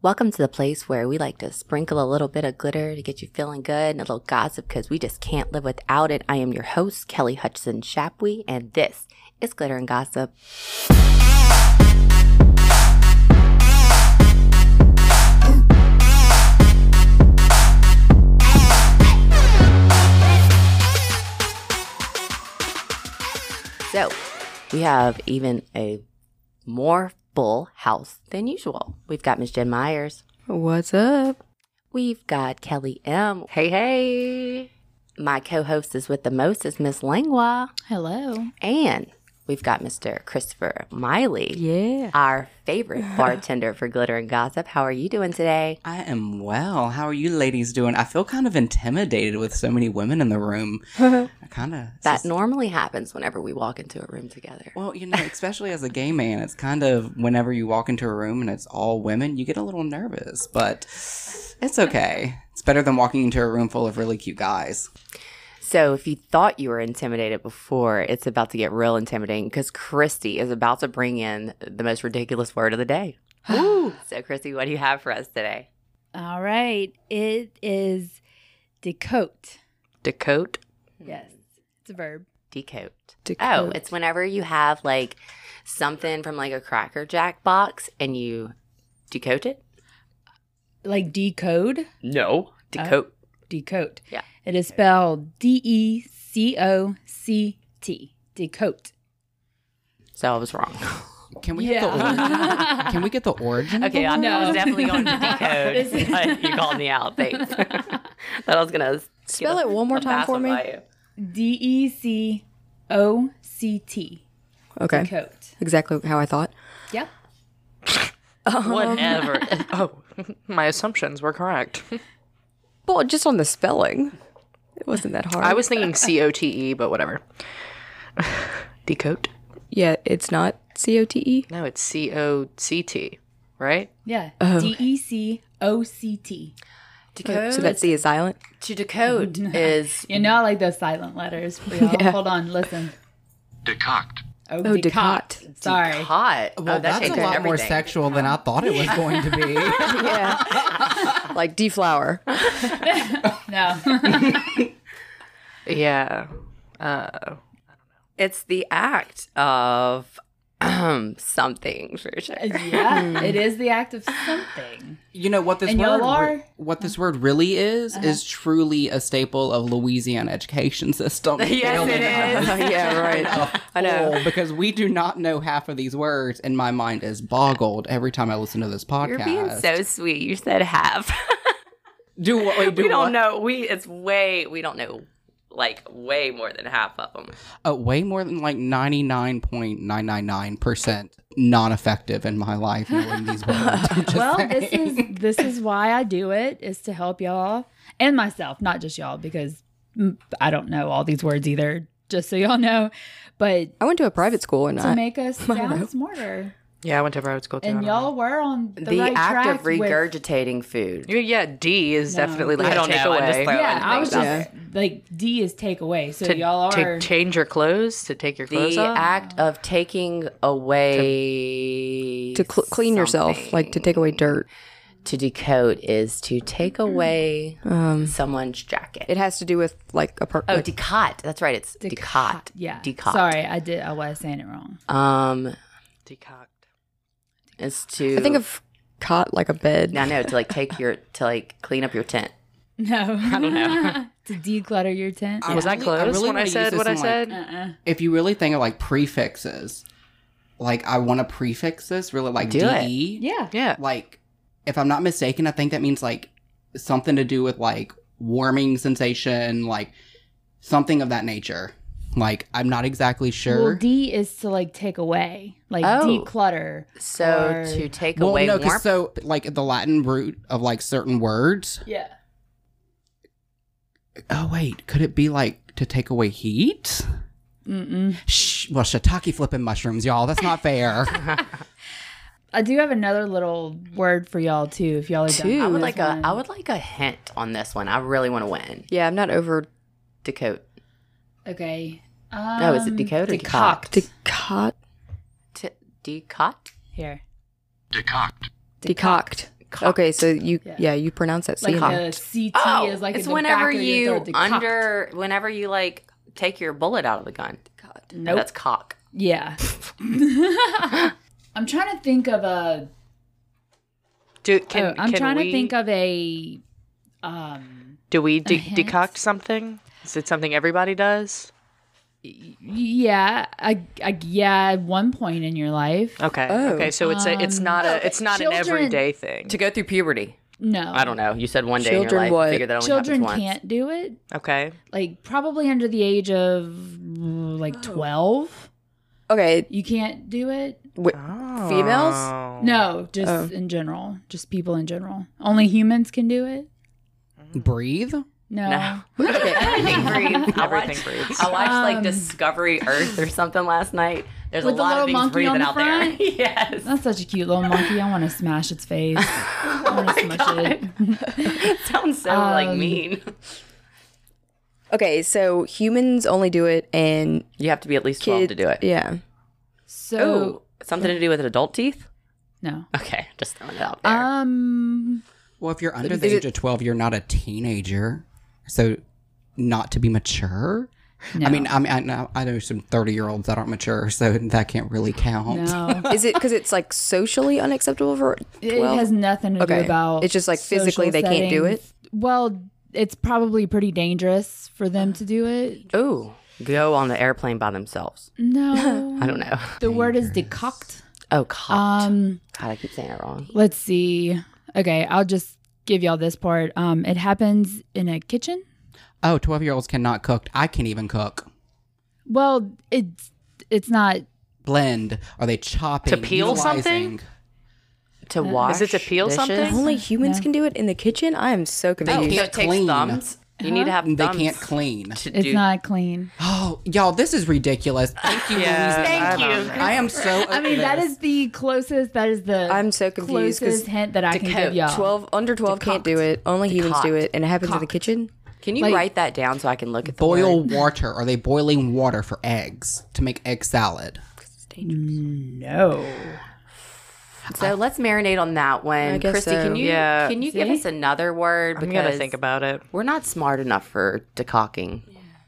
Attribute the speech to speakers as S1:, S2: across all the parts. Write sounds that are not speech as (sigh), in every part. S1: Welcome to the place where we like to sprinkle a little bit of glitter to get you feeling good and a little gossip because we just can't live without it. I am your host, Kelly Hutchinson Shapwe, and this is Glitter and Gossip. So, we have even a more full house than usual. We've got Miss Jen Myers.
S2: What's up?
S1: We've got Kelly M.
S3: Hey, hey.
S1: My co-host is with the most is Miss Langwa.
S3: Hello.
S1: And we've got Mr. Christopher Miley.
S2: Yeah.
S1: Our favorite bartender for Glitter and Gossip. How are you doing today?
S3: I am well. How are you ladies doing? I feel kind of intimidated with so many women in the room. I kind of.
S1: That normally happens whenever we walk into a room together.
S3: Well, you know, especially as a gay man, it's kind of whenever you walk into a room and it's all women, you get a little nervous, but it's okay. It's better than walking into a room full of really cute guys.
S1: So if you thought you were intimidated before, it's about to get real intimidating because Christy is about to bring in the most ridiculous word of the day. Ooh. So Christy, what do you have for us today?
S4: All right. It is decote.
S1: Decote.
S4: Yes.
S1: Mm.
S4: It's a verb.
S1: Decote. Oh,
S2: Decote.
S1: it's whenever you have like something from like a Cracker Jack box and you decote it.
S4: Like decode.
S1: No, decote.
S4: Decote.
S1: Yeah.
S4: It is spelled D E C O C T. Decote.
S1: So I was wrong.
S3: Can we get the origin? Can we get the
S1: (laughs)
S3: origin?
S1: Okay, I, I was
S4: No.
S1: definitely going (laughs) to
S4: (laughs)
S1: decode.
S4: This is-
S1: but you called me out. (laughs) Thanks. Thought I was gonna
S2: Spell it one more time for me.
S4: D E C O C T.
S2: Okay.
S4: Decote.
S2: Exactly how I thought.
S4: Yeah.
S1: (laughs) Whatever.
S5: Oh, my assumptions were correct.
S2: Well, just on the spelling, it wasn't that hard.
S5: I was thinking C O T E, but whatever. (laughs) Decote?
S2: yeah, it's not C O T E.
S5: No, it's C O C T, right?
S4: Yeah. D E C O C
S1: E
S4: T.
S1: Decode.
S2: So that C is silent.
S1: to decode is
S4: You know, I like those silent letters. for y'all. Hold on. Listen.
S6: decocked,
S4: Oh,
S2: Oh,
S4: decote.
S2: decote.
S4: Sorry.
S1: hot.
S3: Well,
S1: oh, that
S3: that's a
S1: changes
S3: lot
S1: everything.
S3: more sexual than I thought it was going to be.
S2: Yeah.
S1: Oh.
S2: like deflower.
S4: No. (laughs)
S5: Yeah. Uh,
S1: It's the act of um, something for sure. (laughs)
S4: yeah. It is the act of something.
S3: You know what this
S4: And y'all
S3: word
S4: are?
S3: what
S1: Uh-huh.
S3: this word really is is truly a staple of Louisiana
S1: (laughs)
S3: education (laughs) system. Nailed (laughs)
S1: yes, (laughs) it is.
S2: yeah, right. I know.
S3: full, because we do not know half of these words, and my mind is boggled every time I listen to this podcast.
S1: You're being so sweet. You said half.
S3: (laughs) do what wait,
S1: (laughs)
S3: do
S1: we don't
S3: what?
S1: know. We it's way we don't know like way more than half of them.
S3: Uh, way more than like ninety nine point nine nine nine percent non effective in my life knowing these
S1: (laughs)
S3: words. I'm just
S4: well
S3: saying.
S4: this is this is why i do it is to help y'all and myself not just y'all because mm, i don't know all these words either just so y'all know but
S2: I went to a private school and
S4: to
S2: I.
S4: make us
S2: know.
S4: sound smarter
S5: yeah, I went to private school too. I
S4: and
S5: don't
S4: y'all were on the,
S1: The,
S4: right
S1: act
S4: track
S1: of
S4: with-
S1: regurgitating food.
S5: know. yeah, D is
S4: No.
S5: definitely like
S1: I
S5: a
S1: don't know, I'm just
S5: takeaway.
S1: throwing-
S4: yeah i was just
S2: Yeah.
S4: like d is take away so
S5: to
S4: y'all
S5: to
S4: are
S5: change your clothes, to take your clothes
S1: The
S5: off.
S1: act of taking away
S2: To cl- clean yourself,
S1: something.
S2: like to take away dirt.
S1: to decode is to take
S4: Mm-hmm.
S1: away
S2: Um,
S1: someone's jacket.
S2: it has to do with like a part.
S1: oh,
S2: like,
S1: decot. That's right. It's decot.
S4: yeah
S1: Decot.
S4: sorry i did i was saying it wrong (laughs)
S1: Um,
S5: Decocked.
S1: is to
S2: I think of cot like a bed.
S1: I know to like take your to like clean up your tent.
S4: no i don't know (laughs) to declutter your tent
S3: I
S5: Was I
S3: really- I
S5: close
S3: really
S5: when
S3: wanna
S5: I
S3: use
S5: said
S3: this
S5: what I
S3: in, like,
S5: said?
S4: uh-uh.
S3: if you really think of like prefixes, like I want to prefix this really like E
S1: Do it.
S3: de.
S4: yeah
S5: yeah.
S3: Like, if I'm not mistaken, I think that means like something to do with like warming sensation, like something of that nature. Like, I'm not exactly sure.
S4: Well, D is to like take away, like
S1: Oh.
S4: declutter.
S1: So
S4: or-
S1: to take
S3: Well,
S1: away
S3: no, 'cause
S1: warmth.
S3: so like the Latin root of like certain words.
S4: yeah,
S3: Oh wait, could it be like to take away heat?
S4: Mm-mm.
S3: Shh. Well, shiitake flipping mushrooms, y'all. That's not fair.
S4: I do have another little word for y'all too. If y'all are
S2: Two.
S4: done,
S1: I would like a I would like a hint on this one. I really want to win.
S2: Yeah, I'm not over
S1: Decode.
S4: Okay. Um,
S1: No, is it decode or decocked?
S4: decocked?
S2: decot
S1: T- decot.
S4: Here,
S6: decocked,
S2: decocked.
S5: cocked.
S2: Okay, so you yeah,
S4: Yeah.
S2: you pronounce that
S4: Like
S2: C.
S5: Cocked.
S4: the CT
S1: Oh,
S4: is like
S1: it's
S4: in the
S1: whenever
S4: back of
S1: you
S4: your throat, the cocked.
S1: under, whenever you like take your bullet out of the gun.
S4: Nope.
S1: That's cock.
S4: Yeah. (laughs) I'm trying to think of a.
S5: Do, can,
S4: oh, I'm
S5: can
S4: trying
S5: we,
S4: to think of a. Um.
S5: Do we de-
S4: hint.
S5: decoct something? Is it something everybody does?
S4: Yeah. I, I, yeah. At one point in your life.
S5: Okay.
S2: Oh.
S5: okay. So it's a,
S1: um,
S5: it's not a it's not an
S4: children-
S5: everyday thing.
S1: To go through puberty.
S4: No.
S1: I don't know. You said one day in your
S2: Children
S1: life.
S2: what?
S1: I figure that only
S4: Children
S1: happens once.
S4: can't do it.
S5: Okay.
S4: Like probably under the age of mm, like 12,
S2: Okay,
S4: you can't do it.
S2: females?
S4: No, just
S2: Oh.
S4: in general, just people in general. Only humans can do it.
S3: Breathe?
S4: No.
S1: No.
S2: Okay.
S5: (laughs)
S1: Everything breathes. I
S5: Everything
S1: watched,
S5: breathes.
S1: I watched like
S4: Um,
S1: Discovery Earth or something last night. There's
S4: With
S1: a
S4: the
S1: lot
S4: little
S1: of things
S4: monkey
S1: breathing
S4: on the
S1: out
S4: front?
S1: there. (laughs) yes.
S4: That's such a cute little monkey. I want to smash its face. I want to smash it.
S1: Sounds so like
S4: Um,
S1: mean.
S2: Okay, so humans only do it and
S1: You have to be at least twelve
S2: kids
S1: to do it.
S2: Yeah.
S4: (laughs) So
S1: Oh, something to do with adult teeth?
S4: no.
S1: Okay, just throwing it out there.
S4: Um.
S3: Well, if you're under the age of 12, you're not a teenager. So, not to be mature? I mean, I mean, I know, I know some 30 year olds that aren't mature, so that can't really count.
S4: no.
S2: (laughs) Is it cuz it's like socially unacceptable for
S4: It
S2: 12?
S4: has nothing to
S2: Okay.
S4: do about.
S2: It's just, like,
S4: social
S2: physically they can't do
S4: settings. Well, it's probably pretty dangerous for them to do it.
S1: oh, go on the airplane by themselves.
S4: No,
S2: (laughs)
S1: I don't know.
S4: The word is decoct.
S1: (laughs) Oh, cocked.
S4: Mm. Um,
S1: God, I keep saying it wrong.
S4: let's see. Okay, I'll just give y'all this part. Um, it happens in a kitchen.
S3: Oh, 12 year olds cannot cook. I can't even cook.
S4: Well, it's it's not.
S3: Blend. Are they chopping?
S5: peel something?
S3: utilizing?
S4: uh,
S1: To wash.
S5: it to peel
S1: dishes?
S5: something?
S2: only humans can do it in the kitchen? I am so confused.
S3: can't
S1: so it takes
S3: clean.
S1: thumbs. You need to have
S3: They
S1: thumbs.
S3: can't clean.
S1: to
S4: It's
S1: do-
S4: not clean.
S3: Oh, y'all, this is ridiculous. Thank you,
S5: Yeah,
S3: Louise.
S5: I
S1: Thank you.
S5: don't know.
S3: I am so.
S4: I mean, that is the closest. That is the
S2: I'm so confused 'cause
S4: closest hint that I can give
S1: Decote,
S4: y'all.
S2: 12 under 12 can't do it. Only humans do
S1: Decocked.
S2: it and it happens in the kitchen?
S1: Can you
S4: Like-
S1: write that down so I can look at the
S3: boil
S1: word?
S3: water. Are they boiling water for eggs to make egg salad?
S4: No.
S1: So let's marinate on that one.
S2: guess
S1: Christy,
S2: so.
S1: can you
S5: Yeah.
S1: can you give us another word?
S5: I'm
S1: Because
S5: gonna think about it.
S1: we're not smart enough for decocking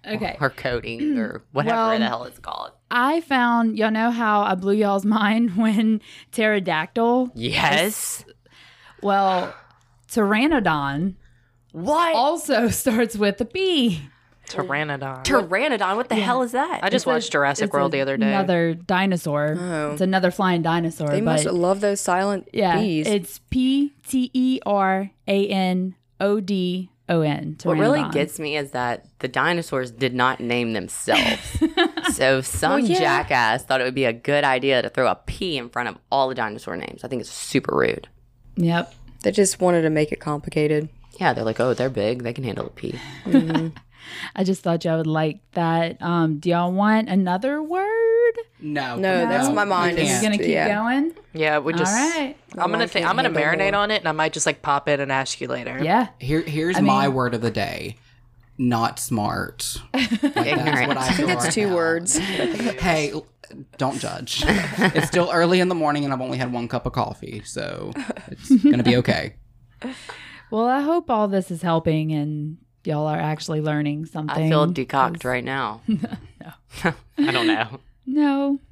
S4: Okay.
S1: or coding or whatever
S4: Well-
S1: the hell it's called.
S4: I found y'all know how I blew y'all's (laughs) mind when pterodactyl.
S1: Yes.
S4: Well, pteranodon
S1: What?
S4: also (laughs) starts with a B.
S5: Pteranodon.
S1: Pteranodon. What the hell is that?
S5: I just watched Jurassic
S4: It's
S5: World the other day.
S4: Another dinosaur. It's another flying dinosaur.
S2: Oh. They
S4: but
S2: must love those silent
S4: yeah,
S2: P's.
S4: it's P T E R A N O D O N.
S1: what really gets me is that the dinosaurs did not name themselves. so some jackass thought it would be a good idea to throw a P in front of all the dinosaur names. I think it's super rude.
S4: Yep.
S2: They just wanted to make it complicated.
S1: (laughs) Yeah, they're like, oh, they're big. They can handle a P.
S4: I just thought y'all would like that. Um, do y'all want another word?
S3: No,
S2: No, that's my mind
S3: You
S2: is-
S4: Just
S3: can't.
S4: gonna keep
S2: Yeah.
S4: going.
S5: Yeah, we just.
S4: right.
S5: I'm gonna think. I'm gonna marinate on it, and I might just like pop in and ask you later.
S4: Yeah.
S3: Here, here's my word of the day. Not smart. Like, that's what I, think
S2: It's two words.
S3: Hey, l- don't judge. it's still early in the morning, and I've only had one cup of coffee, so it's gonna be okay.
S4: Well, I hope all this is helping and y'all are actually learning something.
S1: I feel decocked right now. I don't know.
S4: No.
S1: (laughs)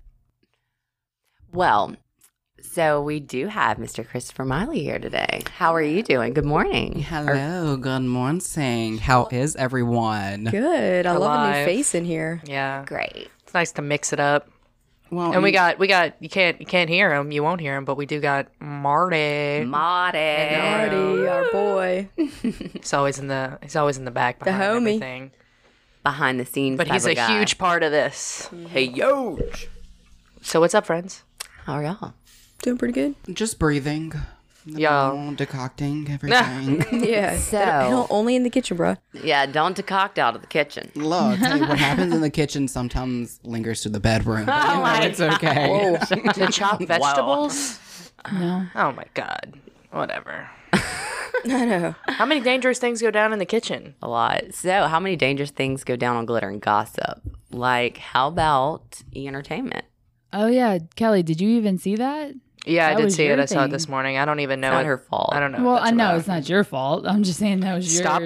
S1: Well, so we do have Mr. Christopher Miley here today. How are you doing? Good morning.
S3: Hello, good morning. How is everyone?
S2: Good. I love a new
S5: Alive.
S2: face in here.
S5: Yeah.
S1: Great.
S5: It's nice to mix it up.
S3: Well,
S5: And we got, we got. You can't, you can't hear him. You won't hear him. But we do got Marty.
S1: Marty.
S2: Marty, our boy.
S5: He's always in the. He's always in the back behind
S2: homie.
S5: everything.
S1: Behind the scenes.
S5: But
S1: type
S5: he's
S1: of
S5: a
S1: guy.
S5: huge part of this.
S1: Hey, huge.
S5: So what's up, friends?
S1: How are y'all?
S2: Doing pretty
S1: (laughs)
S2: good.
S3: just breathing,
S5: Yo.
S3: all decocting everything. (laughs)
S2: Yeah.
S1: So-
S2: So only in the kitchen, bro. (laughs)
S1: Yeah, don't decoct out of the kitchen.
S3: Look, hey, what happens in the kitchen sometimes lingers to the
S5: (laughs) Oh
S3: bedroom. But, you know, it's okay.
S1: Mm.
S5: to chop vegetables?
S4: No.
S5: Oh my god. Whatever. I know. How many dangerous things go down in the kitchen?
S1: A lot. So, how many dangerous things go down on glitter and gossip? Like, how about e entertainment?
S4: Oh yeah, Kelly, did you even see that?
S5: Yeah, I
S4: That
S5: did
S4: was
S5: see it.
S4: your
S5: I saw it
S4: thing.
S5: this morning. I don't even know.
S1: It's not
S5: it-
S1: her fault.
S5: I don't know. if
S4: well,
S5: that's
S4: I know
S5: allowed.
S4: it's not your fault. I'm just saying that was your
S5: Stop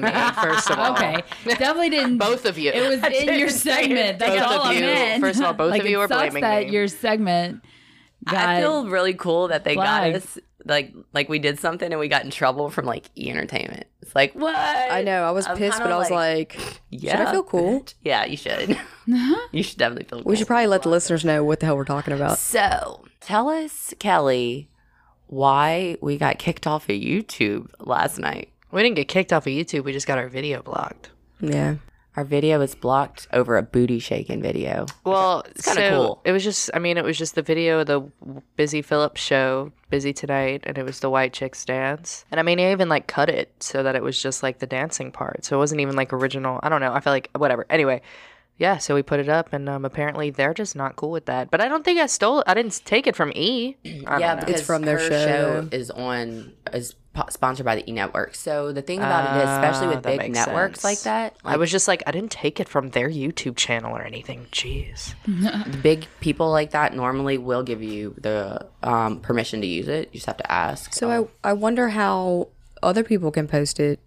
S4: (laughs)
S5: me. (laughs) First of all,
S4: okay, definitely didn't.
S5: Both of you.
S4: It was
S5: (laughs) I
S4: in your
S5: didn't say
S4: segment.
S5: it.
S4: That's
S5: Both
S4: all
S5: of
S4: I
S5: you.
S4: meant.
S5: First of all, both
S4: Like,
S5: of
S4: it
S5: you are
S4: sucks
S5: blaming
S4: that
S5: me.
S4: Your segment.
S1: I
S4: got-
S1: feel really cool that they
S4: Flag.
S1: got us like like we did something and we got in trouble from like E Entertainment. It's like what?
S2: I know. I was
S1: I'm
S2: pissed, but
S1: kinda
S2: I was like,
S1: yeah,
S2: should I feel cool?
S1: bitch. (laughs) Yeah, you
S2: (laughs)
S1: should. you should definitely feel. cool.
S2: We should probably let the listeners know what the hell we're talking about.
S1: So tell us, Kelly, why we got kicked off of YouTube last night.
S5: We didn't get kicked off of YouTube. We just got our video blocked.
S2: Yeah.
S1: Our video was blocked over a booty shaking video.
S5: Well,
S1: kinda
S5: so
S1: cool.
S5: It was just, I mean, it was just the video of the Busy Phillips show, Busy Tonight, and it was the White Chicks dance. And I mean, I even like cut it so that it was just like the dancing part. So it wasn't even like original. I don't know. I felt like whatever. Anyway, yeah, so we put it up, and um, apparently they're just not cool with that. But I don't think I stole it. I didn't take it from
S1: (clears throat)
S5: E. I don't know.
S1: because
S2: from their
S1: her
S2: show.
S1: is on is po- sponsored by the E Network. So the thing about it is, especially
S5: Ah,
S1: with
S5: that
S1: big
S5: makes
S1: networks like
S5: sense.
S1: that,
S5: I was just like, I didn't take it from their YouTube channel or anything. Jeez.
S1: big people like that normally will give you the um, permission to use it. You just have to ask. um,
S2: So I I wonder how other people can post it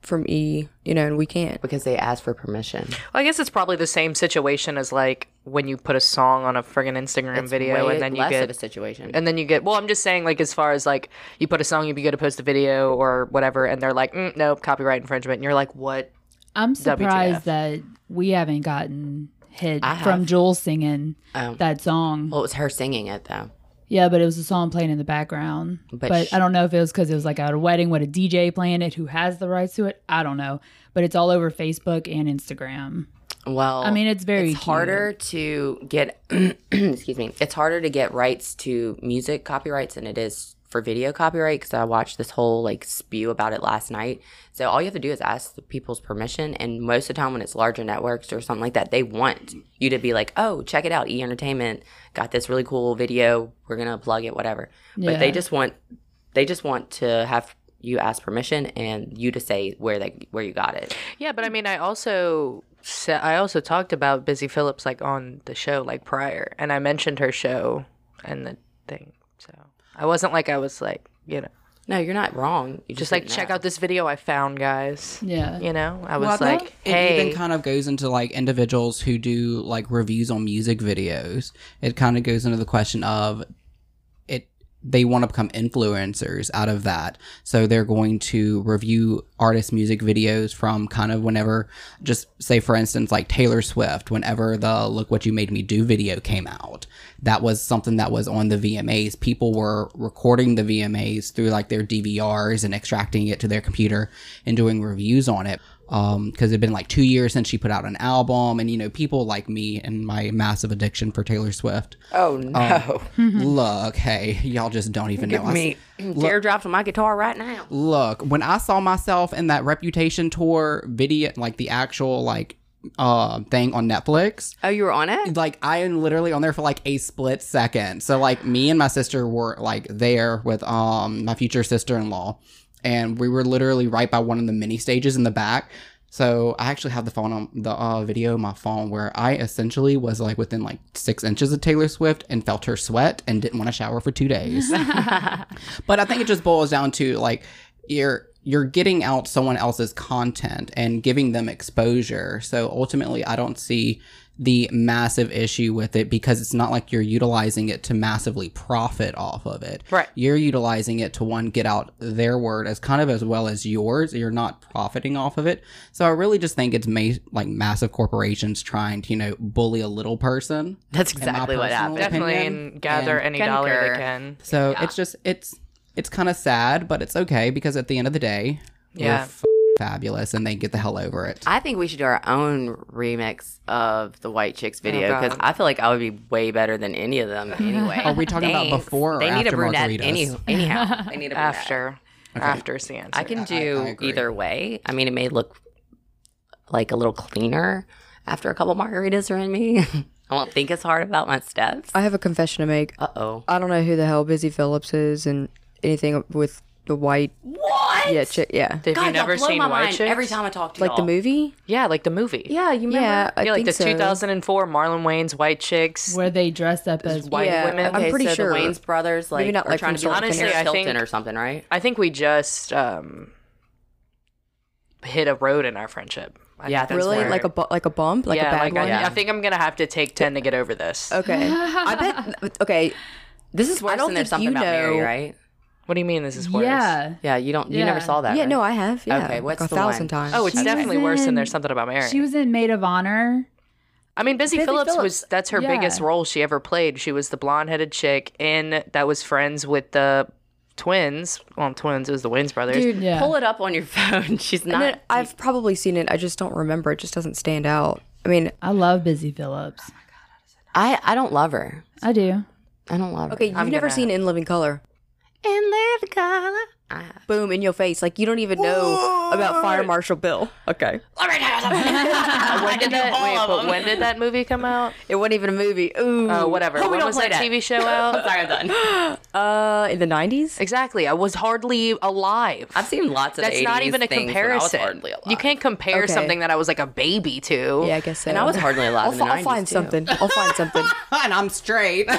S2: from E, you know, and we can't.
S1: because they ask for permission.
S5: Well, I guess it's probably the same situation as like when you put a song on a friggin' Instagram video
S1: Way
S5: and then you
S1: less
S5: get
S1: of a situation.
S5: and then you get well i'm just saying like as far as like you put a song you go to post a video or whatever and they're like mm, nope copyright infringement and you're like what
S4: I'm surprised that we haven't gotten hit
S1: I
S4: from
S1: have.
S4: Joel singing
S1: Um,
S4: that song.
S1: well, it was her singing it though.
S4: Yeah, but it was a song playing in the background.
S1: But
S4: But,
S1: sh-
S4: I don't know if it was because it was like at a wedding with a DJ playing it who has the rights to it. I don't know. But it's all over Facebook and Instagram.
S1: Well,
S4: I mean, it's very
S1: it's harder to get. (clears throat) excuse me. It's harder to get rights to music copyrights than it is for video copyright because I watched this whole like spew about it last night. So all you have to do is ask the people's permission, and most of the time when it's larger networks or something like that, they want you to be like, "Oh, check it out! E Entertainment got this really cool video. We're gonna plug it, whatever." But they
S4: Yeah.
S1: just want they just want to have you ask permission and you to say where they where you got it.
S5: yeah but i mean i also sa- i also talked about busy phillips like on the show like prior and i mentioned her show and the thing so i wasn't like i was like you know
S1: No, you're not wrong. You
S5: just like check out this video i found guys
S4: Yeah.
S5: you know i
S3: Well,
S5: was
S3: I think
S5: like
S3: it
S5: hey
S3: even kind of goes into like individuals who do like reviews on music videos. It kind of goes into the question of it they want to become influencers out of that. So they're going to review artist music videos from kind of whenever just say for instance like Taylor Swift whenever the Look What You Made Me Do video came out. That was something that was on the VMAs. People were recording the VMAs through like their DVRs and extracting it to their computer and doing reviews on it because it had um, been like two years since she put out an album and you know people like me and my massive addiction for taylor swift
S1: Oh no.
S3: look hey y'all just don't even know I s-
S1: Teardrops on my guitar right now.
S3: look when i saw myself in that reputation tour video like the actual like uh thing on netflix
S1: Oh, you were on it?
S3: like I am literally on there for like a split second. So like me and my sister were like there with um my future sister in law, and we were literally right by one of the mini stages in the back. So I actually have the phone on the uh, video on my phone where I essentially was like within like six inches of Taylor Swift and felt her sweat and didn't want to shower for two days. but I think it just boils down to like you're you're getting out someone else's content and giving them exposure. So ultimately, I don't see the massive issue with it because it's not like you're utilizing it to massively profit off of it.
S5: Right.
S3: You're utilizing it to one get out their word as kind of as well as yours. You're not profiting off of it. So I really just think it's ma- like massive corporations trying to, you know, bully a little person.
S1: That's
S3: my
S1: exactly what
S3: personal
S1: happened.
S5: definitely
S3: opinion
S5: and gather any dollar they
S1: Concur.
S5: can
S3: So it's just it's it's kind of sad, but it's okay because at the end of the day,
S5: Yeah.
S3: yeah, f- fabulous, and they get the hell over it. (laughs)
S1: I think we should do our own remix of the White Chicks video
S5: God.
S1: because I feel like I would be way better than any of them anyway.
S3: Are we talking about
S1: Thanks.
S3: before or
S1: they need
S3: after
S1: a brunette
S3: margaritas?
S1: any-
S3: (laughs)
S1: anyhow? They need a brunette.
S5: (laughs) after after Sansa.
S1: I can
S3: I- I
S1: do
S3: agree.
S1: either way. I mean, it may look like a little cleaner after a couple margaritas are in me. (laughs) I won't think as hard about my steps.
S2: I have a confession to make.
S1: Uh oh.
S2: I don't know who the hell Busy Phillips is and anything with the white
S1: What? What?
S2: Yeah, chi- yeah.
S5: Have
S1: God,
S5: you
S1: y'all
S5: never
S1: blow
S5: seen
S1: my
S5: White
S1: mind
S5: Chicks?
S1: every time I talk to
S2: Like
S1: y'all.
S2: the movie?
S5: Yeah, like the movie.
S2: Yeah, you remember? Yeah, I
S5: yeah, like
S2: think
S5: the
S2: so.
S5: 2004 Marlon Wayne's White Chicks.
S4: where they dress up as
S5: white
S2: yeah,
S5: women.
S2: I'm
S1: Okay,
S2: pretty
S1: so
S2: sure.
S1: the Wayne's brothers like
S2: Maybe not,
S1: are
S2: like,
S1: trying
S2: from
S1: to be like
S5: Honestly,
S1: Paris
S5: I
S1: Hilton
S5: think-
S1: or something, right?
S5: I think we just um, hit a road in our friendship. I
S1: Yeah,
S5: think that's
S1: really?
S2: Like,
S5: where-
S2: like a bu- like a bump, like
S5: yeah,
S2: a bad
S5: like
S2: one.
S5: I, I think I'm gonna have to take ten to get over this.
S2: Okay. I bet. Okay.
S1: This is
S2: I
S1: worse
S2: don't
S1: than there's
S2: think
S1: something
S2: you
S1: about Mary,
S2: know-
S1: right?
S5: What do you mean this is worse?
S4: yeah
S1: Yeah, you don't. You never
S4: Yeah.
S1: saw that.
S2: Yeah,
S1: right?
S2: no, I have. Yeah.
S1: Okay, what's
S2: like a
S1: the
S2: thousand
S1: one?
S2: times?
S5: Oh, it's
S1: She was
S5: definitely worse than
S4: in-
S5: there's something about Mary.
S4: she was in maid of honor
S5: I mean, Busy
S2: Busy
S5: Phillips, was
S2: Phillips.
S5: that's her
S4: Yeah.
S5: biggest role she ever played. She was the blonde-headed chick in that was friends with the twins. Well, twins it was the Wayne's brothers.
S1: Dude,
S4: Yeah.
S1: pull it up on your (laughs) phone. She's
S2: And
S1: not.
S2: then I've probably seen it. I just don't remember. It just doesn't stand out. I mean,
S4: i love busy phillips
S1: I I don't love her.
S4: i do
S1: I don't love her.
S2: okay, you've
S5: I'm
S2: never
S5: gonna-
S2: seen In Living Color.
S1: And live color. I have.
S2: Boom in your face. Like you don't even know about Fire Marshal Bill. Okay.
S5: Uh, when did that, wait, but when did that movie come out?
S2: It wasn't even a movie. Ooh.
S5: Uh, whatever.
S1: Oh, we
S5: when
S1: don't
S5: was
S1: play
S5: that,
S1: that.
S5: TV show out?
S1: (laughs) Sorry, I'm done.
S2: Uh, in the nineties.
S5: (laughs) exactly. I was hardly alive.
S1: I've seen lots of.
S5: That's
S1: 80s
S5: not even a
S1: things when I was
S5: comparison.
S1: hardly alive.
S5: You can't compare
S2: Okay.
S5: something that I was like a baby to.
S2: Yeah, I guess so.
S1: And I was hardly alive.
S2: I'll,
S1: in
S2: fi-
S1: the
S2: I'll
S1: 90s,
S2: find
S1: too.
S2: something. I'll find something.
S3: and I'm straight. (laughs)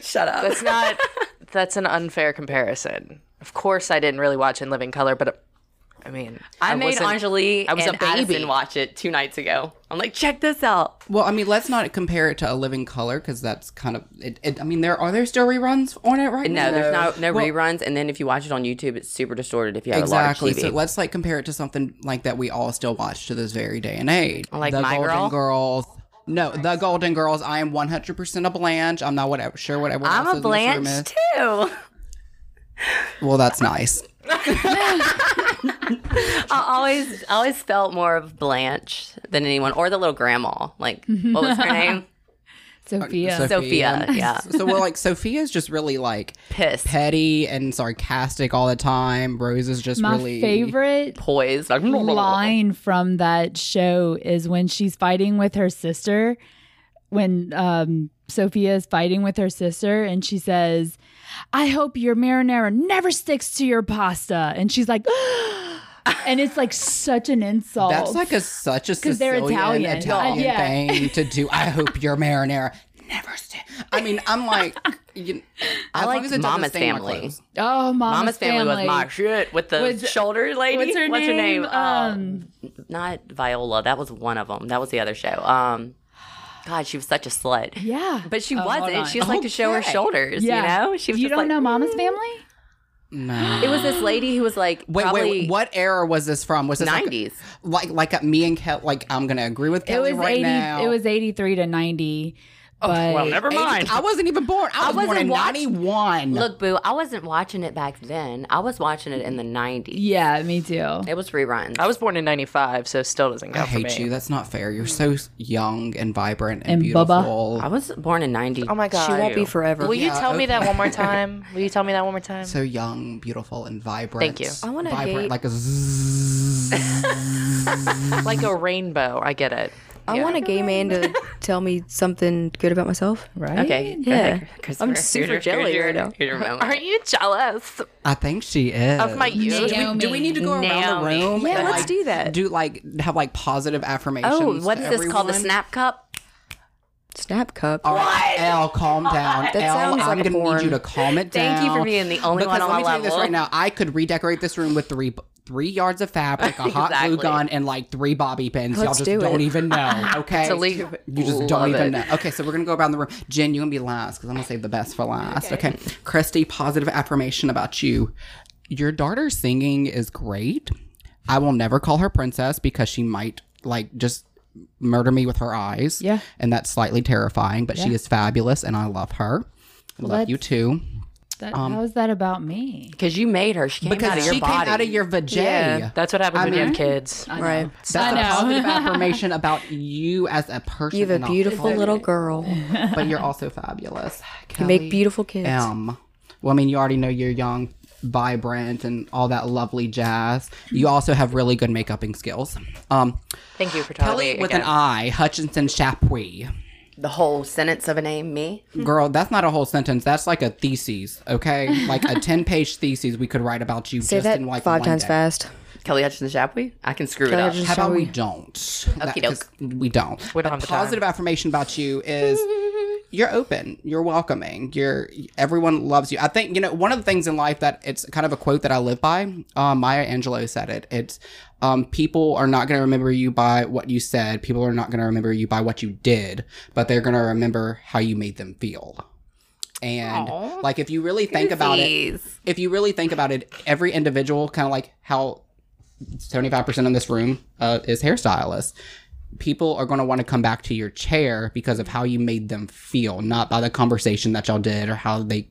S1: Shut up.
S5: That's not. that's an unfair comparison. Of course, I didn't really watch In Living Color, but I mean,
S1: I, made
S5: wasn't-
S1: Anjali
S5: I was
S1: and
S5: a baby.
S1: Addison watch it two nights ago. I'm like, check this out.
S3: well, I mean, let's not compare it to A Living Color because that's kind of. It, it, I mean, there are there still reruns on it right now.
S1: No, there's no no
S3: Well,
S1: reruns. And then if you watch it on YouTube, it's super distorted. If you have a
S3: Exactly.
S1: large TV.
S3: So let's like compare it to something like that we all still watch to this very day and age.
S1: Like
S3: the
S1: My
S3: Golden
S1: Girl?
S3: Girls. No, the Golden Girls. I am 100% a Blanche. I'm not whatever sure whatever.
S1: I'm a Blanche too. (laughs)
S3: Well, that's nice.
S1: I always I always felt more of Blanche than anyone, or the little grandma. Like what was her
S4: (laughs)
S1: name?
S4: sophia
S1: (laughs) Sophia. Yeah,
S3: (laughs) so well, like Sophia's just really like
S1: pissed,
S3: petty and sarcastic all the time. Rose is just
S4: my
S3: really
S4: favorite
S1: poised, like, (laughs)
S4: line from that show is when she's fighting with her sister when um Sophia is fighting with her sister and she says, "I hope your marinara never sticks to your pasta." And she's like (gasps) and it's like such an insult.
S3: That's like a such a
S4: 'Cause they're
S3: Sicilian Italian,
S4: Italian. Yeah.
S3: thing to do.
S4: (laughs)
S3: I hope your marinara never st I mean, I'm like, you,
S1: I
S3: as long
S1: liked
S3: as it doesn't
S1: Mama's
S3: stain my
S1: Family.
S3: clothes.
S4: "Oh, mama's,
S1: Mama's family, was my shit with the
S4: Was-
S1: shoulder lady.
S4: What's her name?
S1: Um, not Viola. That was one of them. That was the other show. Um, God, she was such a slut.
S4: Yeah.
S1: But she
S4: Oh, hold
S1: wasn't.
S4: on.
S1: She just liked to show her
S3: Okay.
S1: shoulders. You know, she was.
S4: You
S1: just like,
S4: don't
S1: "Mm."
S4: know Mama's family?
S3: No.
S1: It was this lady who was like
S3: Wait,
S1: probably
S3: wait, wait, what era was this from? Was this like-
S1: 90s.
S3: Like, like, me and Kel, like, I'm gonna agree with
S4: It
S3: Kelly
S4: was
S3: right
S4: 80
S3: now. Oh,
S4: it was 83 to 90. but
S3: Eighty- I wasn't even born. I was born
S1: wasn't
S3: in
S1: watch-
S3: 91.
S1: Look, Boo, I wasn't watching it back then. I was watching it in the 90s.
S4: Yeah, me too.
S1: It was reruns.
S5: I was born in '95, so still doesn't
S3: I
S5: count for
S3: hate
S5: me.
S3: you. That's not fair. You're so young and vibrant and,
S4: And bubba.
S3: beautiful.
S1: I was born in 90.
S5: Oh my god,
S2: She won't be forever.
S5: Will you tell me that one more time? Will you tell me that one more time?
S3: So young, beautiful, and vibrant.
S5: Thank you.
S2: I wanna
S3: vibrant
S2: hate-
S3: like a. Zzz.
S5: like a rainbow. I get it.
S2: I want a gay man to tell me something good about myself.
S4: Right?
S1: Okay.
S2: Yeah.
S1: Okay, Christopher,
S2: I'm
S1: here's
S2: super
S1: your-
S2: jelly
S1: here's your-
S2: right now.
S1: here's your moment.
S5: Are you jealous
S3: I think she is.
S5: of my youth?
S4: Yeah.
S3: Do we need to go around the
S1: Naomi.
S3: room?
S2: Yeah,
S3: and,
S2: let's
S3: like,
S2: do that.
S3: Do like have like positive affirmations.
S1: Oh,
S3: to
S1: what's this called? The
S3: everyone?
S1: snap cup?
S2: Snap cup.
S3: All right, L, calm down. That L,
S2: sounds
S3: I'm
S2: like
S3: gonna
S2: porn.
S3: need you to calm it down.
S1: Thank you for being the only
S3: because
S1: one on
S3: let
S1: my
S3: me tell you this
S1: level.
S3: right now. I could redecorate this room with three three yards of
S1: (laughs)
S3: fabric, a hot
S1: Exactly.
S3: glue gun, and like three bobby pins. Y'all
S2: Let's
S3: just
S2: do
S3: not
S2: it.
S3: even know. Okay,
S5: a leak.
S3: you just
S1: Love
S3: don't even
S1: it.
S3: know. Okay, so we're gonna go around the room. Jen, you gonna be last because I'm gonna save the best for last. Okay. Christy, positive affirmation about you. Your daughter's singing is great. I will never call her princess because she might like just murder me with her eyes.
S4: Yeah.
S3: And that's slightly terrifying, but she is fabulous and I love her. I love
S4: Let's-
S3: you too.
S4: That, how is that about me?
S1: Because you made her. She came out
S3: Because
S1: of
S3: she
S1: your body.
S3: came out of your vajay.
S5: That's what happens when you have kids.
S2: Right.
S3: That's a
S4: I know.
S3: positive affirmation about you as a person.
S2: You have
S3: and
S2: a
S3: all-
S2: beautiful little girl. You
S3: but you're also fabulous. Kelly
S2: make beautiful kids.
S3: M. Well, I mean, you already know you're young, vibrant, and all that lovely jazz. You also have really good makeuping skills. Um,
S5: Thank you for telling
S3: Kelly
S5: me
S3: with
S5: again.
S3: an I, Hutchinson Chapuis.
S1: The whole sentence of a name, me.
S3: Girl, that's not a whole sentence. That's like a thesis, okay? Like a 10 page thesis we could write about you
S2: Say
S3: just
S2: that
S3: in like
S2: five
S3: one
S2: times
S3: day.
S2: fast.
S1: Kelly Hutchinson Shapwee. I can screw
S2: Kelly
S1: it up.
S2: Hutchinson-
S3: How
S2: Shall
S3: about we,
S2: we?
S3: don't? That-
S1: Okey-doke.
S3: 'cause We don't.
S5: We don't
S3: But
S5: have the time.
S3: positive affirmation about you is you're open, you're welcoming, you're everyone loves you. I think you know one of the things in life that it's kind of a quote that I live by. Uh, Maya Angelou said it. It's um, people are not going to remember you by what you said. People are not going to remember you by what you did, but they're going to remember how you made them feel. And
S1: Aw.
S3: like if you really think about it,
S1: Goofies.
S3: if you really think about it, every individual, kind of like how 75% in this room uh, is hairstylists, people are going to want to come back to your chair because of how you made them feel, not by the conversation that y'all did or how they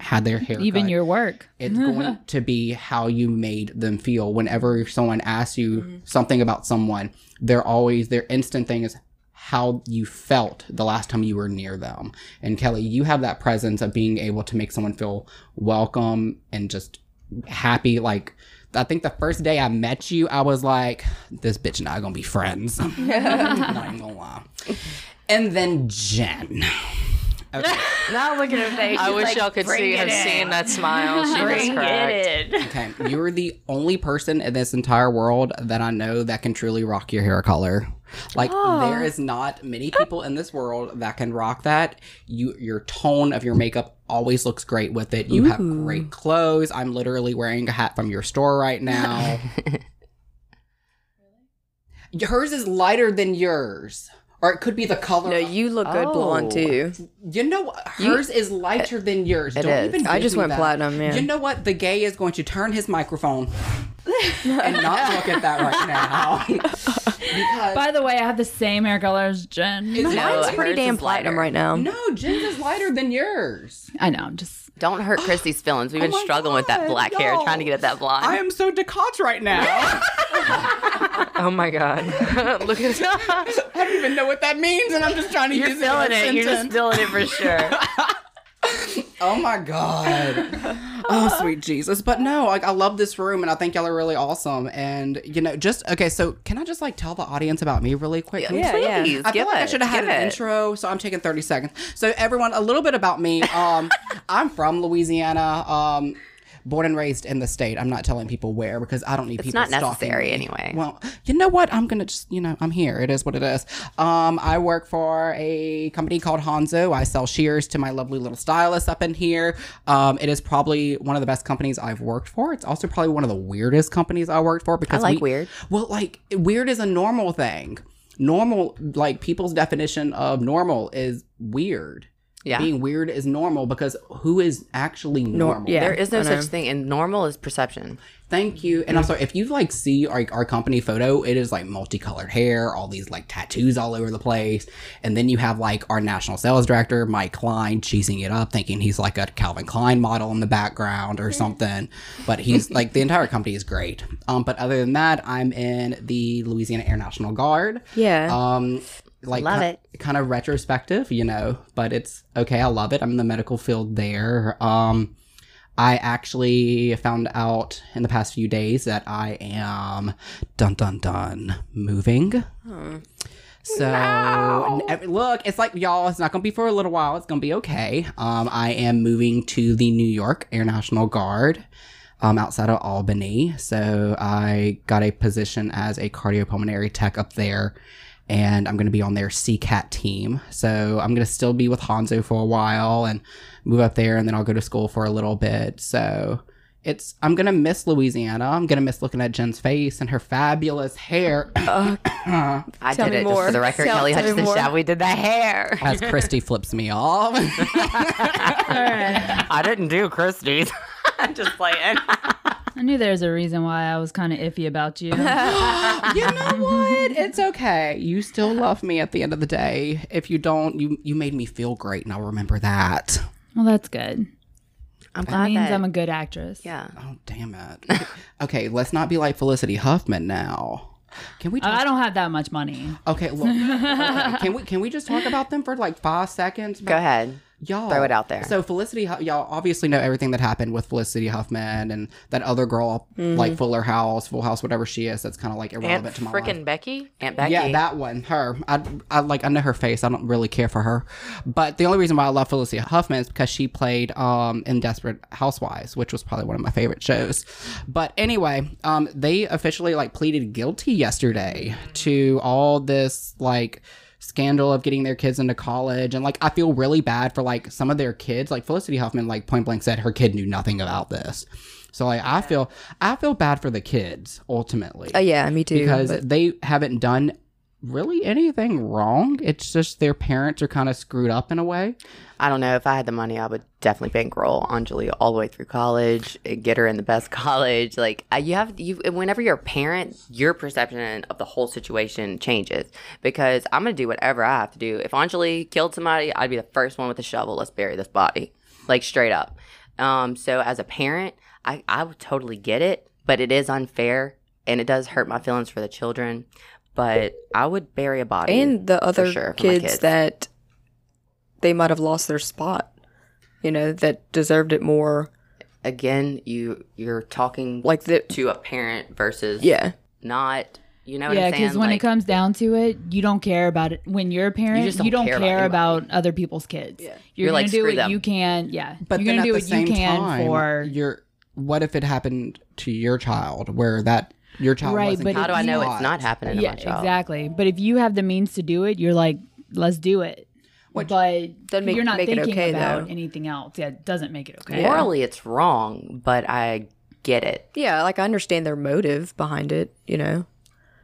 S3: had their hair.
S4: Even
S3: cut.
S4: your work.
S3: It's going to be how you made them feel. Whenever someone asks you something about someone, they're always, their instant thing is how you felt the last time you were near them. And Kelly, you have that presence of being able to make someone feel welcome and just happy. Like, I think the first day I met you, I was like, this bitch and I are gonna be friends. (laughs) Not even gonna lie. And then Jen.
S1: Now look at her face.
S5: I
S1: She's
S5: wish
S1: like,
S5: y'all could
S1: "Bring
S5: see
S1: it
S5: have
S1: in.
S5: seen that smile. She was
S1: Bring
S5: cracked.
S1: it in.
S3: Okay, you are the only person in this entire world that I know that can truly rock your hair color. Like
S2: Ah.
S3: there is not many people in this world that can rock that. You your tone of your makeup always looks great with it. You have great clothes. I'm literally wearing a hat from your store right
S2: (laughs)
S3: now. Hers is lighter than yours. Or it could be the color.
S2: No, you look good blonde
S1: Oh.
S2: too.
S3: You know, what? hers is lighter than yours. Don't
S1: is.
S3: even.
S2: I
S3: give
S2: just
S3: me
S2: went
S3: that.
S2: platinum, yeah.
S3: You know what? The gay is going to turn
S2: (laughs)
S3: his microphone and not look at that right now because
S4: By the way, I have the same hair color as Jen.
S3: Is- No,
S2: Mine's
S1: hers
S2: pretty
S1: is
S2: damn
S1: lighter.
S2: platinum right now.
S3: no, Jen's is lighter than yours.
S4: I know. I'm (laughs) just.
S1: Don't hurt Christy's feelings. We've
S3: Oh
S1: been
S3: my
S1: struggling with that
S3: God,
S1: black hair,
S3: y'all.
S1: trying to get at that blonde.
S3: I am so decocked right now.
S5: Oh my god! (laughs)
S3: (laughs)
S5: Look at that.
S3: I don't even know what that means, and I'm just trying to
S1: You're
S3: use
S1: feeling
S3: it. in a
S1: it. You're just
S3: sentence.
S1: feeling it
S3: (laughs)
S1: for sure.
S3: Oh
S1: (laughs)
S3: my god. Oh sweet Jesus. But no, like I love this room and I think y'all are really awesome. And you know, just okay, so can I just like tell the audience about me really quick? Can we
S2: Yeah, yeah.
S1: Please,
S3: I
S1: give
S3: feel like I
S1: it,
S3: should have had
S1: give
S3: an
S1: it.
S3: intro, so I'm taking 30 seconds. So everyone, a little bit about me.
S1: (laughs)
S3: Um, I'm from Louisiana. Um, born and raised in the state. I'm not telling people where because I don't need people.
S1: not
S3: stalking
S1: necessary
S3: me.
S1: anyway.
S3: Well, you know what? I'm gonna just you know I'm here. It is what it is. Um, I work for a company called Hanzo. I sell shears to my lovely little stylist up in here. Um, it is probably one of the best companies I've worked for. It's also probably one of the weirdest companies I worked for because
S1: like
S3: we-
S1: weird.
S3: well, like weird is a normal thing. Normal, like people's definition of normal is weird.
S1: Yeah.
S3: Being weird is normal because who is actually normal?
S2: yeah.
S1: There is no
S2: I know.
S1: such thing, and normal is perception.
S3: Thank you. And also, if you like see our, our company photo, it is like multicolored hair, all these like tattoos all over the place. And then you have like our national sales director, Mike Klein, cheesing it up, thinking he's like a Calvin Klein model in the background or something. But he's like, the entire company is great. Um, but other than that, I'm in the Louisiana Air National Guard.
S2: Yeah.
S3: Um, like
S1: Love
S3: ki-
S1: it.
S3: kind of retrospective, you know, but it's okay. I love it. I'm in the medical field there. Um, I actually found out in the past few days that I am dun dun dun moving.
S1: Hmm.
S3: So n- ev- look, it's like y'all. It's not gonna be for a little while. It's gonna be okay. Um, I am moving to the New York Air National Guard, um, outside of Albany. So I got a position as a cardiopulmonary tech up there, and I'm gonna be on their CCAT team. So I'm gonna still be with Hanzo for a while and move up there, and then I'll go to school for a little bit. So it's I'm gonna miss Louisiana. I'm gonna miss looking at Jen's face and her fabulous hair. (coughs)
S1: I
S2: Tell
S1: did
S2: me
S1: it just
S2: more.
S1: for the record.
S2: Tell-
S1: Kelly
S2: tell me
S1: Hutchinson
S2: more.
S1: Shapwee did the hair.
S3: as Christy flips me off. (laughs)
S1: I didn't do Christy's. (laughs) I'm just playing.
S4: (laughs) I knew there was a reason why I was kind of iffy about (laughs) you.
S3: you know what? It's okay. You still love me at the end of the day. If you don't, you you made me feel great, and I'll remember that.
S4: well, that's good.
S1: I'm
S4: That
S1: glad
S4: means
S1: that.
S4: I'm a good actress.
S1: yeah.
S3: Oh damn
S1: (laughs)
S3: it! okay, let's not be like Felicity Huffman now. Can we? Talk-
S4: Uh, I don't have that much money.
S3: okay, look. Okay, can we can we just talk about them for like five seconds?
S1: Go ahead.
S3: y'all
S1: Throw it out there.
S3: So Felicity, Huff- y'all obviously know everything that happened with Felicity Huffman and that other girl,
S1: Mm-hmm.
S3: like Fuller House, Full House, whatever she is. That's kind of like irrelevant
S5: Aunt
S3: to my life.
S5: freaking Becky.
S1: Aunt Becky.
S3: Yeah, that one, her. I, I like I know her face. I don't really care for her, but the only reason why I love Felicity Huffman is because she played um in Desperate Housewives, which was probably one of my favorite shows. But anyway, um, they officially like pleaded guilty yesterday to all this like scandal of getting their kids into college and like i feel really bad for like some of their kids like felicity huffman like point blank said her kid knew nothing about this so like i feel i feel bad for the kids ultimately
S2: Oh yeah, me too.
S3: because
S2: but-
S3: they haven't done really anything wrong. It's just their parents are kind of screwed up in a way.
S1: I don't know. If I had the money, I would definitely bankroll Anjali all the way through college, and get her in the best (laughs) college. Like I- you have, you whenever you're a parent, your perception of the whole situation changes because I'm gonna do whatever I have to do. If Anjali killed somebody, I'd be the first one with a shovel. Let's bury this body, like straight up. Um, so as a parent, I I would totally get it, but it is unfair and it does hurt my feelings for the children. But I would bury a body
S2: and the other
S1: sure, for my
S2: kids,
S1: kids.
S2: that they might have lost their spot, you know, that deserved it more.
S1: again. You you're talking
S2: Like the
S1: to a parent versus
S2: yeah,
S1: not you know what
S4: Yeah,
S1: I'm saying?
S4: because when it
S1: Like,
S4: comes down to it, you don't care about it. When you're a parent, you,
S1: just
S4: don't, care, about, other people's kids. You're,
S1: You're
S4: gonna
S1: like,
S4: do
S1: "Screw
S4: what
S1: them."
S4: you can. Yeah,
S3: But
S4: you're
S3: then
S4: gonna
S3: at
S4: do
S3: the
S4: what
S3: same
S4: you can
S3: time,
S4: for.
S3: your what if it happened to your child where that your child
S4: Right,
S3: wasn't
S4: but
S1: how do I
S4: you
S1: know
S3: caught?
S1: it's not happening to
S4: Yeah,
S1: my child?
S4: exactly. But if you have the means to do it, you're like, let's do it. but
S2: Doesn't make-
S4: you're not
S2: make it
S4: thinking
S2: okay,
S4: about
S2: though.
S4: anything else. Yeah, it doesn't make it okay.
S1: Morally, it's wrong, but I get it.
S2: yeah. Like I understand their motive behind it, you know.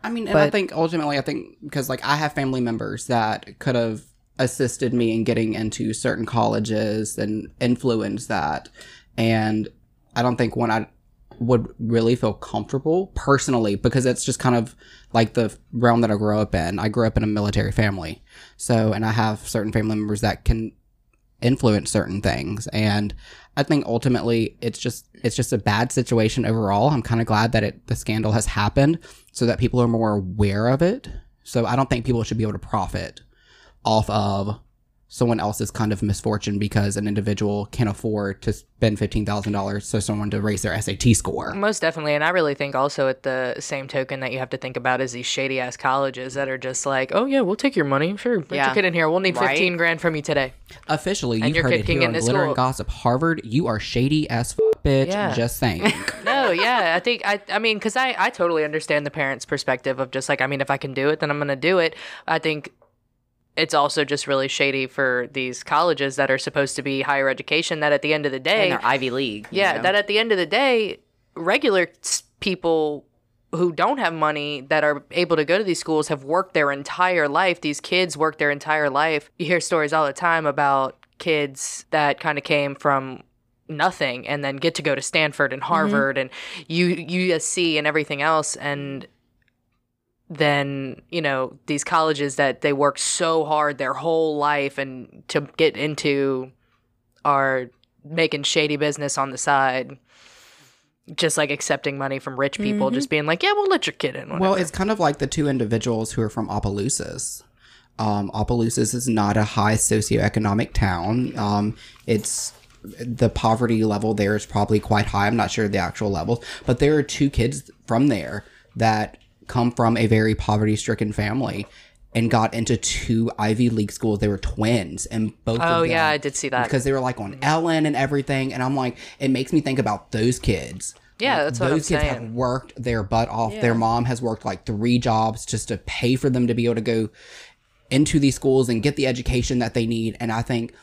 S3: I mean, and I think ultimately, I think because like I have family members that could have assisted me in getting into certain colleges and influenced that, and I don't think one I would really feel comfortable personally because it's just kind of like the realm that I grew up in. I grew up in a military family, so and I have certain family members that can influence certain things and i think ultimately it's just it's just a bad situation overall i'm kind of glad that it the scandal has happened so that people are more aware of it so i don't think people should be able to profit off of someone else's kind of misfortune because an individual can afford to spend $15000 so someone to raise their sat score
S5: Most definitely. And I really think also at the same token that you have to think about is these shady ass colleges that are just like, oh, yeah, we'll take your money. Sure. Put
S1: Yeah.
S5: your kid in here. We'll need
S1: Right.
S5: 15 grand from you today.
S3: officially you've
S5: your
S3: heard
S5: kid
S3: it
S5: can
S3: here
S5: get
S3: on
S5: into
S3: glitter and
S5: school.
S3: gossip harvard you are shady as f- bitch
S5: Yeah.
S3: just saying
S5: No, yeah. I think, I, I mean, because I, I totally understand the parents' perspective of just like, I mean, if I can do it, then I'm going to do it. I think it's also just really shady for these colleges that are supposed to be higher education that at the end of the day,
S1: And they're Ivy League. you
S5: Yeah,
S1: know?
S5: that at the end of the day, regular s- people who don't have money that are able to go to these schools have worked their entire life. These kids work their entire life. You hear stories all the time about kids that kind of came from nothing and then get to go to Stanford
S1: Mm-hmm.
S5: and Harvard and U- USC and everything else and then you know these colleges that they work so hard their whole life and to get into are making shady business on the side just like accepting money from rich people just being like yeah we'll let your kid in whatever.
S3: Well, it's kind of like the two individuals who are from Opelousas. Um, Opelousas is not a high socioeconomic town. Um, it's the poverty level there is probably quite high. I'm not sure the actual levels, but there are two kids from there that come from a very poverty stricken family and got into two Ivy League schools. They were twins, and both.
S5: oh
S3: of them
S5: yeah i did see that
S3: because they were like on Ellen and everything. And I'm like, it makes me think about those kids.
S5: Yeah,
S3: Like,
S5: that's what
S3: those
S5: I'm
S3: kids have
S5: saying.
S3: worked their butt off. Their mom has worked like three jobs just to pay for them to be able to go into these schools and get the education that they need. And I think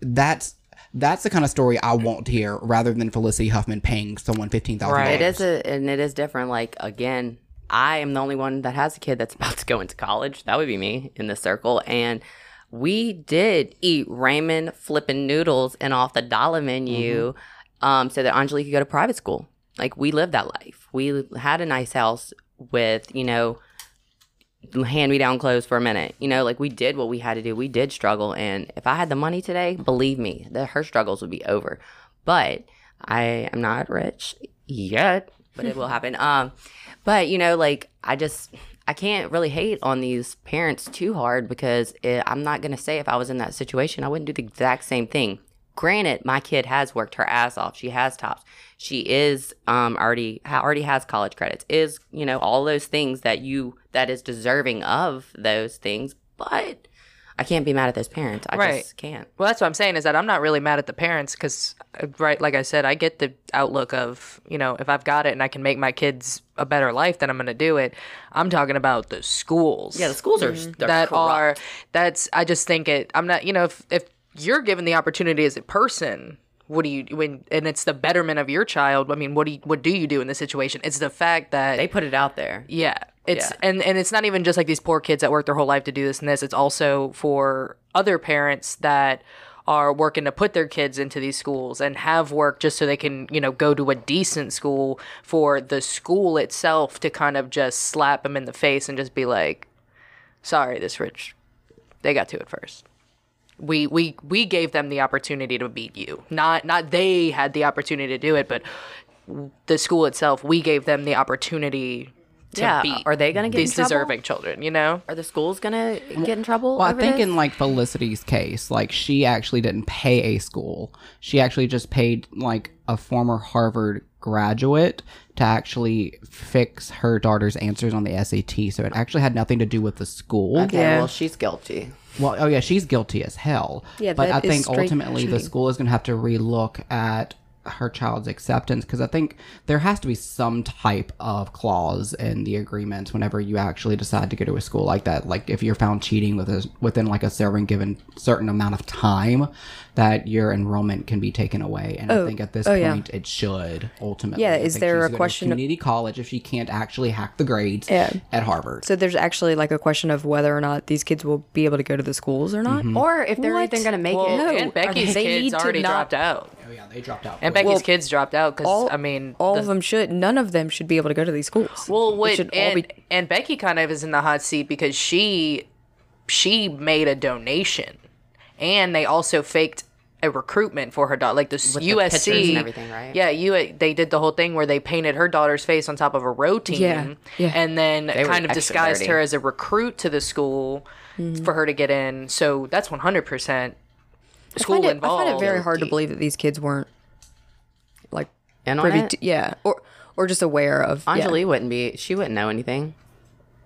S3: that's that's the kind of story I want to hear rather than Felicity Huffman paying someone fifteen thousand
S5: Right.
S1: it is a, and it is different. Like again, I am the only one that has a kid that's (laughs) about to go into college. That would be me in this circle, and we did eat ramen, flipping noodles, and off the dollar menu, um, so that Anjali could go to private school. Like we lived that life. We had a nice house with you know hand me down clothes for a minute. You know, like we did what we had to do. We did struggle. And if I had the money today, believe me, that her struggles would be over. But I am not rich yet, but it will happen. Um, but you know, like I just I can't really hate on these parents too hard because it, I'm not going to say if I was in that situation, I wouldn't do the exact same thing. Granted, my kid has worked her ass off. She has tops. She is um, already ha- already has college credits. Is you know all those things that you that is deserving of those things. But I can't be mad at those parents. I
S5: Right.
S1: just can't.
S5: Well, that's what I'm saying is that I'm not really mad at the parents because, right, like I said, I get the outlook of, you know, if I've got it and I can make my kids a better life, then I'm going to do it. I'm talking about the schools.
S1: Yeah, the schools are they're
S5: that
S1: corrupt.
S5: are, that's, I just think it, I'm not, you know, if, if you're given the opportunity as a person, what do you when and it's the betterment of your child i mean what do you what do you do in this situation it's the fact that
S1: they put it out there.
S5: yeah. It's and and it's not even just like these poor kids that work their whole life to do this and this. It's also for other parents that are working to put their kids into these schools and have work just so they can, you know, go to a decent school for the school itself to kind of just slap them in the face and just be like, "Sorry, this rich they got to it first. We we we gave them the opportunity to beat you. Not not they had the opportunity to do it, but the school itself, we gave them the opportunity to
S1: Yeah,
S5: beat
S1: are they gonna get in
S5: these
S1: trouble?
S5: deserving children, you know?
S1: Are the schools gonna get in trouble?
S3: Well, I
S1: over
S3: think
S1: this?
S3: in like Felicity's case, like she actually didn't pay a school. She actually just paid like a former Harvard graduate to actually fix her daughter's answers on the SAT. So it actually had nothing to do with the school.
S1: okay, well she's guilty.
S3: Well, oh yeah, she's guilty as hell.
S2: Yeah,
S3: but
S2: that
S3: I
S2: is
S3: think
S2: straight
S3: ultimately the school is going to have to relook at her child's acceptance because I think there has to be some type of clause in the agreements whenever you actually decide to go to a school like that. Like if you're found cheating with a, within like a certain given certain amount of time, that your enrollment can be taken away. And I think at this
S2: Oh, yeah.
S3: point it should ultimately.
S2: Yeah,
S3: I
S2: is
S3: think
S2: there a
S3: she's gonna go to
S2: question of-
S3: Community college if she can't actually hack the grades at Harvard.
S2: So there's actually like a question of whether or not these kids will be able to go to the schools or not.
S1: Or if they're even gonna make it,
S5: Well,
S2: No.
S5: and Becky's
S2: They
S5: kids
S2: need to
S5: already
S2: not-
S5: dropped out.
S3: oh yeah, they dropped out.
S5: And
S3: quick.
S5: Becky's kids dropped out because
S2: all-
S5: I mean,
S2: All
S5: the-
S2: of them should. None of them should be able to go to these schools.
S5: well,
S2: They
S5: what
S2: should all
S5: and,
S2: be-
S5: and Becky kind of is in the hot seat because she she made a donation, and they also faked a recruitment for her daughter, like the s-
S1: With the
S5: USC
S1: pictures and everything, right?
S5: Yeah, you they did the whole thing where they painted her daughter's face on top of a row team,
S2: Yeah, yeah.
S5: and then
S1: were
S5: kind of
S1: extra
S5: disguised her
S1: nerdy.
S5: as a recruit to the school
S2: Mm-hmm.
S5: for her to get in. So that's one hundred percent
S2: I
S5: school
S2: find, it, I
S5: involved.
S2: find it very hard to believe that these kids weren't like
S1: and on
S2: privy
S1: it,
S2: to, yeah, or or just aware of yeah,
S1: Anjali wouldn't be. She wouldn't know anything.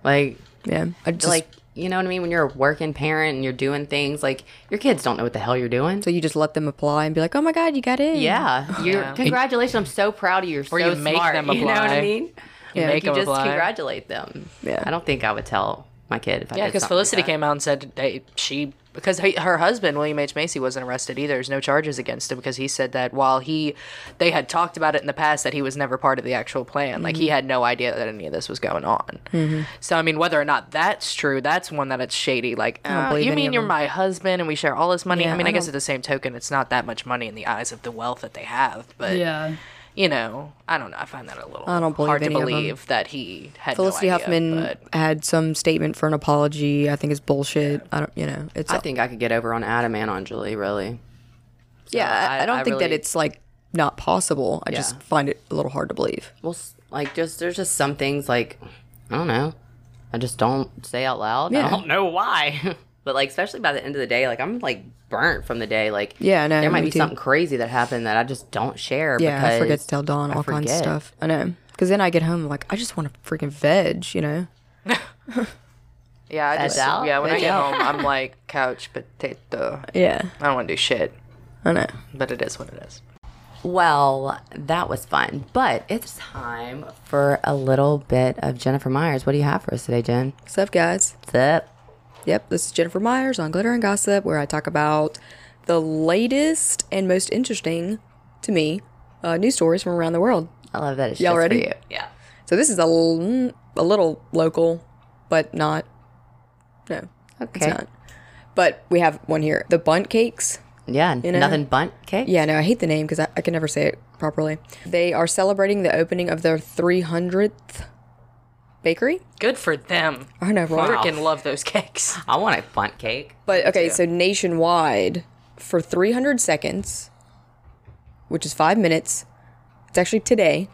S1: Like,
S2: Yeah, I just
S1: like you know what I mean? When you're a working parent and you're doing things, like your kids don't know what the hell you're doing.
S2: so you just let them apply and be like, oh my god, you got in.
S1: yeah, you're congratulations. I'm so proud of you. You're so
S5: Or you make
S1: smart.
S5: them
S1: (laughs) You know what
S5: apply.
S1: I mean?
S5: You
S1: Like,
S5: make
S1: you
S5: them
S1: just
S5: apply.
S1: congratulate them.
S2: Yeah.
S1: I don't think I would tell my kid if I
S5: Yeah,
S1: did
S5: because
S1: something
S5: Felicity
S1: like that.
S5: came out and said they, she because he, her husband William H Macy wasn't arrested either. There's no charges against him because he said that while he they had talked about it in the past that he was never part of the actual plan. Like
S2: Mm-hmm.
S5: he had no idea that any of this was going on. So I mean, whether or not that's true, that's one that it's shady. Like "Ah,
S2: believe
S5: you
S2: any
S5: mean
S2: of
S5: you're
S2: them."
S5: my husband and we share all this money. I
S2: Yeah,
S5: mean, I,
S2: I
S5: guess
S2: don't-
S5: at the same token, it's not that much money in the eyes of the wealth that they have. But
S4: Yeah.
S5: you know, I don't know. I find that a little
S2: I don't believe
S5: hard to
S2: any of them.
S5: believe that he had no
S2: Felicity
S5: idea,
S2: Huffman
S5: but-
S2: had some statement for an apology. I think it's bullshit. I don't, you know, it's
S1: I think I could get over on Adam and Anjali. Really,
S2: yeah. I,
S1: I-
S2: I don't
S1: I
S2: think that
S1: really-
S2: it's like not possible. I just find it a little hard to believe.
S1: well, s- like just there's just some things like I don't know. I just don't say out loud. I
S2: Yeah.
S1: don't (laughs) know why. But like, especially by the end of the day, like I'm like burnt from the day. Like,
S2: Yeah, I know,
S1: there might
S2: me
S1: be
S2: too.
S1: something crazy that happened that I just don't share.
S2: Yeah,
S1: because
S2: I forget to tell Dawn all kinds of
S1: forget.
S2: stuff. I know. Because then I get home like I just want a freaking veg, you know.
S5: Yeah, I just
S1: out?
S5: yeah. When I
S1: That's
S5: get
S1: (laughs)
S5: home, I'm like couch potato.
S2: Yeah,
S5: I don't want to do shit,
S2: I know.
S5: but it is what it is.
S1: Well, that was fun, but it's time for a little bit of Jennifer Myers. What do you have for us today, Jen?
S2: What's up, guys?
S1: What's up?
S2: Yep, this is Jennifer Myers on Glitter and Gossip, where I talk about the latest and most interesting to me uh, news stories from around the world.
S1: I love that it's
S2: Y'all
S1: just
S2: ready?
S1: for you. Yeah.
S2: So this is a, l- mm, a little local, but not. No,
S1: Okay.
S2: it's not. But we have one here. The Bunt Cakes.
S1: Yeah.
S2: know?
S1: Nothing bunt cake.
S2: Yeah, no, I hate the name because I, I can never say it properly. They are celebrating the opening of their 300th bakery.
S5: Good for them.
S2: I know, right?
S5: Freaking love those cakes.
S1: I want a bunt cake.
S2: But okay, so nationwide for 300 seconds, which is five minutes,
S1: Mm-hmm.
S2: it's actually today,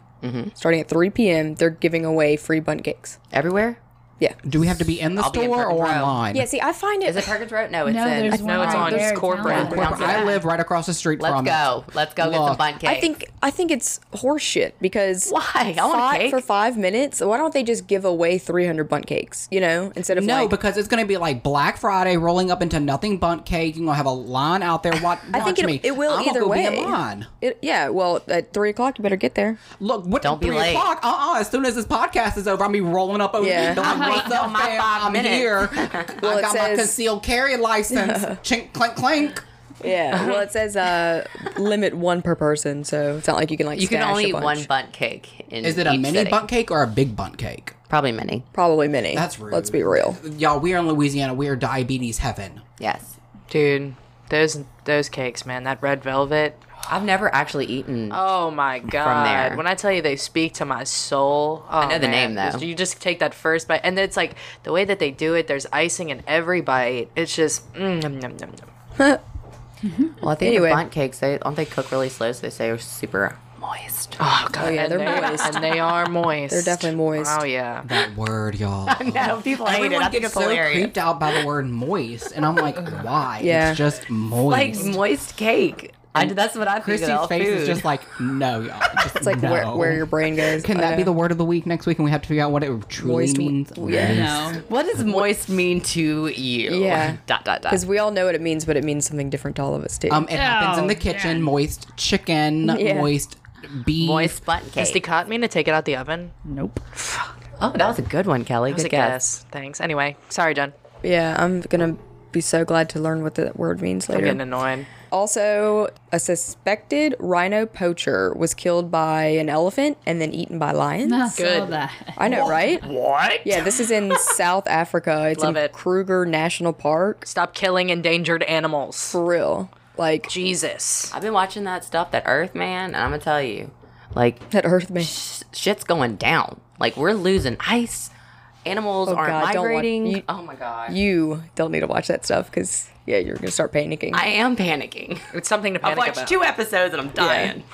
S2: starting at 3 p.m., they're giving away free bun cakes.
S1: Everywhere.
S2: Yeah.
S3: Do we have to be in the
S1: I'll be
S3: store
S1: in
S3: or
S1: Perkins Row.
S3: online?
S2: Yeah, see, I find
S1: Is
S2: it.
S1: it Perkins Road? No, it's
S4: No,
S1: in.
S4: there's
S5: no,
S4: one
S5: it's
S4: right
S5: on
S4: there
S5: corporate.
S4: down.
S1: Corporate.
S3: Corporate. I live right across the street
S1: Let's
S3: from it.
S1: go. Let's go get some
S3: Look,
S1: fun cake.
S2: I think I think it's horseshit because
S1: Why? I want a
S2: five,
S1: cake.
S2: for five minutes. Why don't they just give away three hundred bunt cakes? You know, instead of
S3: No,
S2: like,
S3: because it's going to be like Black Friday rolling up into nothing bunt cake. You're going to have a line out there. Watch,
S2: I think
S3: watch
S2: it,
S3: me.
S2: it will
S3: I'm gonna
S2: either
S3: go
S2: way.
S3: Be in line.
S2: It- yeah, well, at three o'clock you better get there.
S3: Look, what,
S1: Don't be
S3: three
S1: late.
S3: O'clock? Uh-uh. As soon as this podcast is over, I'm be rolling up over
S2: Yeah. (laughs)
S1: I'm
S3: the what's
S1: waiting
S3: up,
S1: on my
S3: fam?
S1: five
S3: I'm
S1: minutes.
S3: here. I
S2: it
S3: got my
S2: says-
S3: concealed
S2: (laughs)
S3: carry license. Chink, clink, clink.
S2: Yeah. Well, it
S1: (laughs)
S2: says uh, limit one per person, so it's not like you can like
S1: you can
S2: stash
S1: only
S2: a
S1: eat
S2: bunch.
S1: one bunt cake. In
S3: Is it a
S1: each
S3: mini
S1: sitting.
S3: bunt cake or a big bunt cake?
S1: Probably mini.
S2: Probably many.
S3: That's rude.
S2: Let's be real.
S3: Y'all, we are in Louisiana. We are diabetes heaven.
S1: Yes.
S5: (laughs) Dude, those those cakes, man, that red velvet.
S1: I've never actually eaten.
S5: Oh my god.
S1: there.
S5: When I tell you they speak to my soul. Oh, I
S1: know the name, though.
S5: You just take that first bite and it's like the way that they do it, there's icing in every bite. It's just mm, nom, nom, nom, nom.
S1: well, I think
S2: Anyway.
S1: the bunt cakes, they don't they cook really slow, so they say are super moist.
S5: Oh god.
S2: yeah,
S5: and
S2: they're
S5: they-
S2: moist.
S5: And they (laughs) are moist.
S2: They're definitely moist.
S5: Oh yeah.
S3: That word,
S2: (laughs)
S3: y'all.
S1: No, people hate
S3: Everyone
S1: it. I think
S3: gets
S1: it's
S3: so
S1: hilarious.
S3: creeped out by the word moist, and
S2: (laughs)
S3: I'm like, why?
S2: Yeah.
S3: It's just moist.
S1: Like moist cake. I, that's what I think of
S3: Christy's
S1: all
S3: face
S1: food.
S3: is just like,
S2: (laughs)
S3: no, y'all. Just
S2: It's like where, where your brain goes.
S3: Can
S2: I
S3: that be the
S2: know.
S3: word of the week next week? And we have to figure out what it truly
S2: Moist-
S3: means.
S2: yeah.
S4: No.
S1: what does moist mean to you?
S2: Yeah.
S1: (laughs) dot dot dot.
S2: Because we all know what it means, but it means something different to all of us too.
S3: Um, it happens in the
S4: Oh,
S3: kitchen.
S4: man.
S3: Moist chicken,
S2: Yeah.
S3: moist beef.
S1: Moist bunt
S5: Does the
S1: cake.
S5: cot mean to take it out the oven?
S4: Nope.
S1: Oh, that was a good one, Kelly.
S5: That's
S1: Good
S5: a
S1: guess.
S5: guess. Thanks. Anyway, sorry, Jen.
S2: yeah, I'm gonna be so glad to learn what the word means
S5: I'm
S2: later.
S5: getting annoyed.
S2: Also, a suspected rhino poacher was killed by an elephant and then eaten by lions.
S4: I saw
S5: Good.
S4: that.
S2: I know, right?
S5: What?
S2: Yeah, this is
S5: (laughs)
S2: in South Africa. It's
S5: Love
S2: in
S5: it.
S2: Kruger National Park.
S5: Stop killing endangered animals.
S2: For real. Like
S5: Jesus.
S1: I've been watching that stuff, that Earth Man, and I'm gonna tell you, like
S2: that Earth man.
S1: sh- shit's going down. Like we're losing ice. Animals aren't
S2: God, don't want-
S1: migrating.
S2: you-
S1: oh my god.
S2: You don't need to watch that stuff because yeah, you're gonna start panicking.
S1: I am panicking.
S5: It's something to
S1: (laughs) I've
S5: panic
S1: watched
S5: about.
S1: two episodes and I'm dying.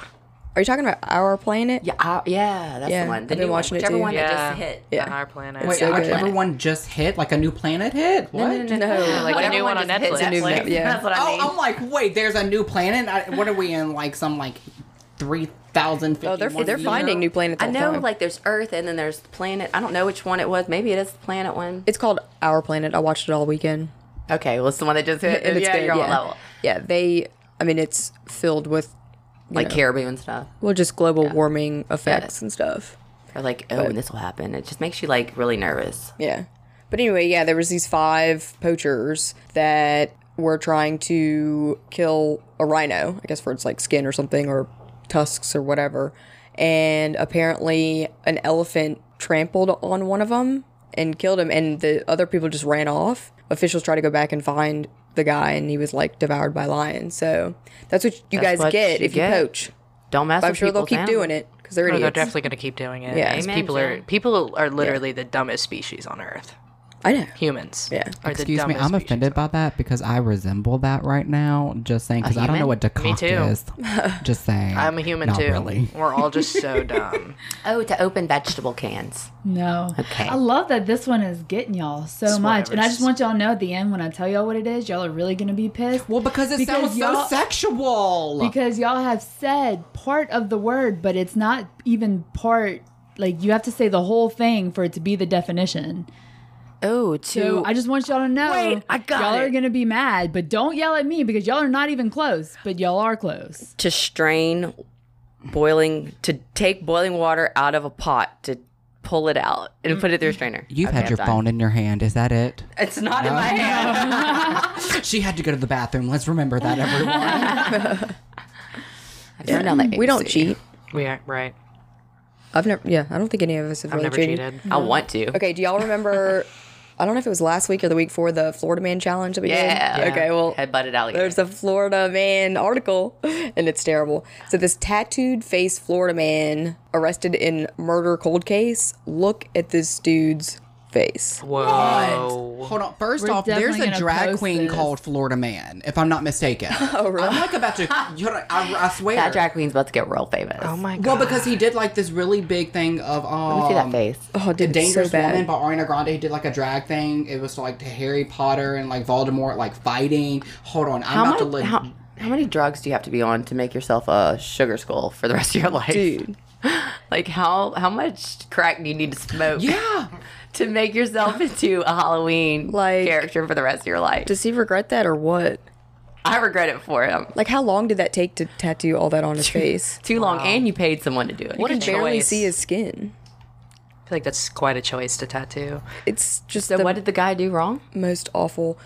S2: Are you talking about our planet?
S1: Yeah, I, Uh, yeah, that's
S2: Yeah,
S1: the one.
S2: I've
S1: The
S2: been
S1: new
S2: watching
S1: one,
S2: it
S1: whichever
S2: too.
S1: one
S5: yeah.
S1: that just hit.
S2: Yeah.
S5: On our planet.
S2: It's
S3: Wait,
S2: so
S3: our-
S2: good.
S3: everyone just hit like a new planet hit. What?
S1: (laughs)
S2: No,
S5: Like
S1: Whatever
S5: a new one on
S1: just hit
S5: Netflix.
S2: new
S1: Netflix,
S2: Netflix, yeah.
S1: That's what I
S3: Oh,
S1: mean.
S3: I'm like, wait, there's a new planet. I, what are we in? Like some like three thousand fifty.
S2: Oh, they're they're
S3: year?
S2: finding new planets.
S1: I
S2: all the
S1: know,
S2: time.
S1: like, there's Earth and then there's planet. I don't know which one it was. Maybe it is the planet one.
S2: it's called Our Planet. I watched it all weekend.
S1: Okay, well, it's the one (laughs) that just hit.
S2: And it's
S1: yeah,
S2: good.
S1: you're on
S2: yeah.
S1: level.
S2: Yeah, they. I mean, it's filled with
S1: Like caribou and stuff.
S2: well, just global warming effects and stuff.
S1: They're like, oh, this will happen. It just makes you, like, really nervous.
S2: Yeah. But anyway, yeah, there was these five poachers that were trying to kill a rhino, I guess for its like skin or something or tusks or whatever. And apparently an elephant trampled on one of them and killed him and the other people just ran off. Officials tried to go back and find the guy and he was like devoured by lions. So that's what you
S1: That's
S2: guys
S1: what
S2: get
S1: you
S2: if
S1: get.
S2: you poach.
S1: Don't mess
S2: But I'm
S1: with
S2: sure they'll
S1: people's
S2: keep doing
S1: animals.
S2: it because they're
S5: Oh, they're
S2: idiots.
S5: definitely going to keep doing it.
S2: Yeah.
S5: 'cause
S1: Amen,
S5: people are
S1: yeah.
S5: people are literally the dumbest species on earth.
S2: I know.
S5: Humans.
S2: Yeah.
S5: Are
S3: Excuse
S5: the
S3: me,
S5: dumbest
S3: I'm
S5: species.
S3: offended by that because I resemble that right now. Just saying, because I don't know
S1: human?
S3: what decoct
S5: too.
S3: is.
S1: (laughs)
S3: Just saying.
S5: I'm a human
S3: Not
S5: too.
S3: Really.
S5: We're all just
S2: (laughs)
S5: so dumb.
S1: Oh, to open vegetable cans.
S4: No.
S1: Okay.
S4: I love that this one is getting y'all so much. And I just want y'all to know at the end when I tell y'all what it is, y'all are really going to be pissed.
S3: Well, because it
S4: Because
S3: sounds so
S4: y'all-
S3: sexual.
S4: because y'all have said part of the word, but it's not even part. Like you have to say the whole thing for it to be the definition.
S1: Oh, to.
S4: So I just want y'all to know.
S1: Wait, I got
S4: y'all are
S1: it.
S4: gonna be mad, but don't yell at me because y'all are not even close. But y'all are close.
S1: to strain boiling to take boiling water out of a pot to pull it out and put it
S2: Mm-hmm.
S1: through a strainer.
S3: You've
S1: Okay,
S3: had your
S1: I'm done.
S3: phone in your hand. Is that it? Oh,
S1: It's not in my hand.
S3: (laughs) she had to go to the bathroom. Let's remember that, everyone.
S1: Turn down the
S2: We don't
S1: AC.
S2: cheat.
S5: we are right.
S2: I've never yeah, I don't think any of us have
S5: I've
S2: really
S5: never
S2: cheated.
S5: cheated.
S1: I want to.
S2: Okay, do y'all remember? I don't know if it was last week or the week before the Florida Man challenge that we
S1: Yeah.
S2: did. Okay, well,
S1: Headbutted alligator.
S2: there's a Florida Man article, (laughs) and it's terrible. So this tattooed face Florida man arrested in murder cold case. Look at this dude's face.
S5: Whoa.
S3: Hold on. 1st
S4: We're
S3: off, there's
S4: definitely
S3: a
S4: gonna
S3: drag
S4: post
S3: queen
S4: this.
S3: called Florida Man, if I'm
S1: (laughs)
S3: not mistaken.
S2: Oh, really?
S3: I'm like about to. you know, I, I swear.
S1: That drag queen's about to get real famous.
S5: Oh my god.
S3: Well, because he did like this really big thing of um,
S1: Let me see that face.
S2: Oh,
S3: The
S2: dude, it's so
S3: Dangerous Woman
S2: bad.
S3: by Ariana Grande. He did like a drag thing. It was like to Harry Potter and like Voldemort like fighting. Hold on, I'm
S1: How,
S3: about
S1: much,
S3: to look.
S1: how, how many drugs do you have to be on to make yourself a sugar skull for the rest of your life?
S2: Dude.
S1: (laughs) Like how how much crack do you need to smoke
S3: (laughs) yeah,
S1: to make yourself into a Halloween
S2: Like-
S1: character for the rest of your life?
S2: Does he regret that or what?
S1: I regret it for him.
S2: Like, how long did that take to tattoo all that on his face?
S1: Too long, and you paid someone to do it.
S5: what a
S2: You barely
S5: choice.
S2: see his skin.
S5: I feel like that's quite a choice to tattoo.
S2: It's just
S1: so
S2: the
S1: what did the guy do wrong?
S2: most awful.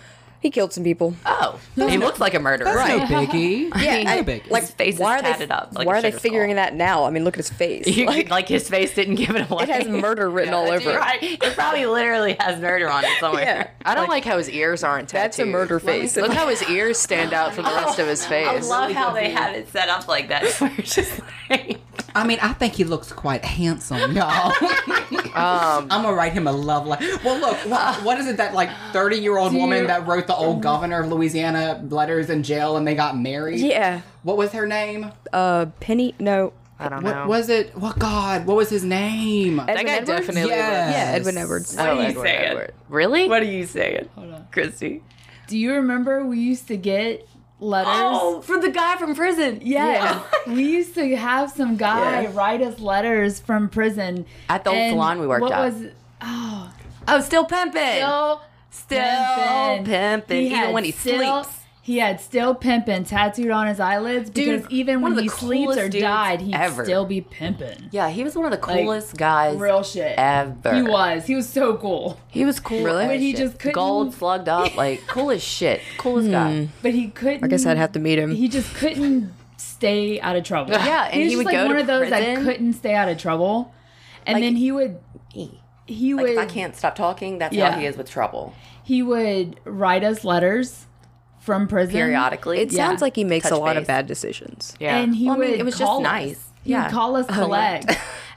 S2: He killed some people.
S1: Oh, he looks like a murderer.
S3: that's no biggie. Yeah, no
S2: I-
S3: biggie.
S2: Like,
S1: His face is
S2: why are
S1: tatted
S2: they,
S1: up like
S2: why
S1: a
S2: are they
S1: sugar
S2: figuring
S1: skull.
S2: that now? I mean, look at his face.
S1: (laughs) You, like,
S2: like,
S1: his face didn't give it away. (laughs)
S2: it has murder written all over it.
S1: Right. It probably literally has murder on (laughs) it somewhere.
S2: Yeah.
S5: I don't like, how his ears aren't tattooed.
S2: That's a murder face.
S5: Look how his ears stand out from the rest of
S1: (laughs)
S5: his
S1: I
S5: face.
S1: love how they have it set up like that. (laughs) Where it's just like
S3: I mean, I think he looks quite handsome, y'all.
S5: Um,
S3: I'm gonna write him a love letter. Well, look, what, what is it that like 30 year old woman that wrote the old governor of Louisiana letters in jail and they got married?
S2: yeah.
S3: What was her name?
S2: Uh, Penny. No.
S5: I don't know.
S3: What was it? What God? What was his name?
S5: that
S2: Edwin
S5: guy
S2: Edwards?
S5: definitely.
S3: Yes.
S5: Yeah.
S2: Yeah, Edwin Edwards.
S1: What are you
S5: Edward,
S1: saying?
S5: Edward. Really?
S1: What are you saying, Christy?
S4: Do you remember we used to get letters?
S1: Oh, from the guy from prison.
S4: Yeah.
S1: (laughs)
S4: we used to have some guy write us letters from prison.
S1: At the old
S4: And
S1: salon we worked
S4: what
S1: at.
S4: Was, oh,
S1: Oh, still pimping.
S4: still,
S1: Still pimpin', even
S4: had
S1: when he sleeps.
S4: He had still pimping tattooed on his eyelids
S1: Dude,
S4: because
S1: one
S4: even when
S1: of the
S4: he sleeps
S1: coolest
S4: or
S1: dudes
S4: died, he'd
S1: ever.
S4: still be pimping.
S1: yeah, he was one of the
S4: Like,
S1: coolest guys
S4: Real shit.
S1: ever.
S4: He was. He was so cool.
S1: He was cool.
S2: Really?
S1: as
S2: But
S4: he
S1: shit.
S4: just couldn't-
S1: gold slugged (laughs) up, like cool as shit, coolest guy.
S4: But he couldn't.
S2: I guess I'd have to meet him.
S4: He just couldn't stay out of trouble.
S1: Yeah, and
S4: he
S1: he
S4: was just
S1: would
S4: like
S1: go
S4: one
S1: to
S4: of those that
S1: prison.
S4: couldn't stay out of trouble, and
S1: Like-
S4: then he would he
S1: Like
S4: would
S1: if I can't stop talking, that's
S4: Yeah.
S1: how he is with trouble.
S4: he would write us letters from prison
S1: Periodically,
S2: It sounds like he makes
S1: Touch
S2: a lot
S1: base.
S2: of bad decisions.
S5: Yeah.
S4: and he
S1: Well, I
S4: would
S1: mean, it was just
S4: call
S1: nice.
S4: us. He would
S1: Yeah. (laughs)
S4: call us collect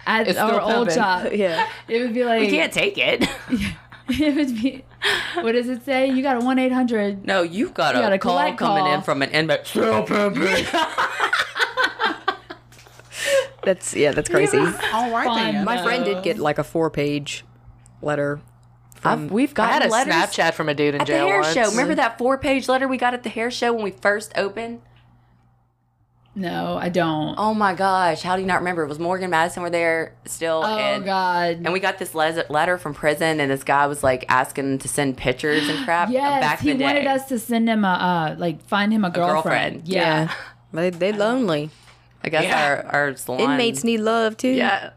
S4: at
S1: It's still
S4: our old
S1: pimping. (laughs)
S4: shop.
S2: Yeah.
S4: (laughs) It would be like
S1: you can't take it.
S4: (laughs) it would be what does it say? You got a one eight hundred.
S1: No, you've got,
S4: got
S1: a,
S4: a
S1: call
S4: collect
S1: coming
S4: call.
S1: in from an inmate. Still pimping.
S2: That's yeah, that's crazy.
S3: All right
S4: Fun.
S3: then.
S4: My-
S2: My friend did get like a four-page letter.
S1: I've, we've
S5: I had
S1: gotten
S5: a
S1: letters
S5: Snapchat from a dude in
S1: at the
S5: jail
S1: hair
S5: once.
S1: show. Remember that four-page letter we got at the hair show when we first opened?
S4: No, I don't.
S1: Oh my gosh, how do you not remember? It was Morgan Madison were there still,
S4: Oh,
S1: and
S4: God.
S1: and we got this le- letter from prison, and this guy was like asking to send pictures and crap.
S4: (gasps) Yes,
S1: back
S4: he
S1: in the
S4: wanted
S1: day.
S4: us to send him a uh, like find him a girlfriend.
S1: girlfriend.
S4: Yeah.
S2: They they lonely.
S1: I guess our our salon
S2: Inmates need love too.
S1: Yeah.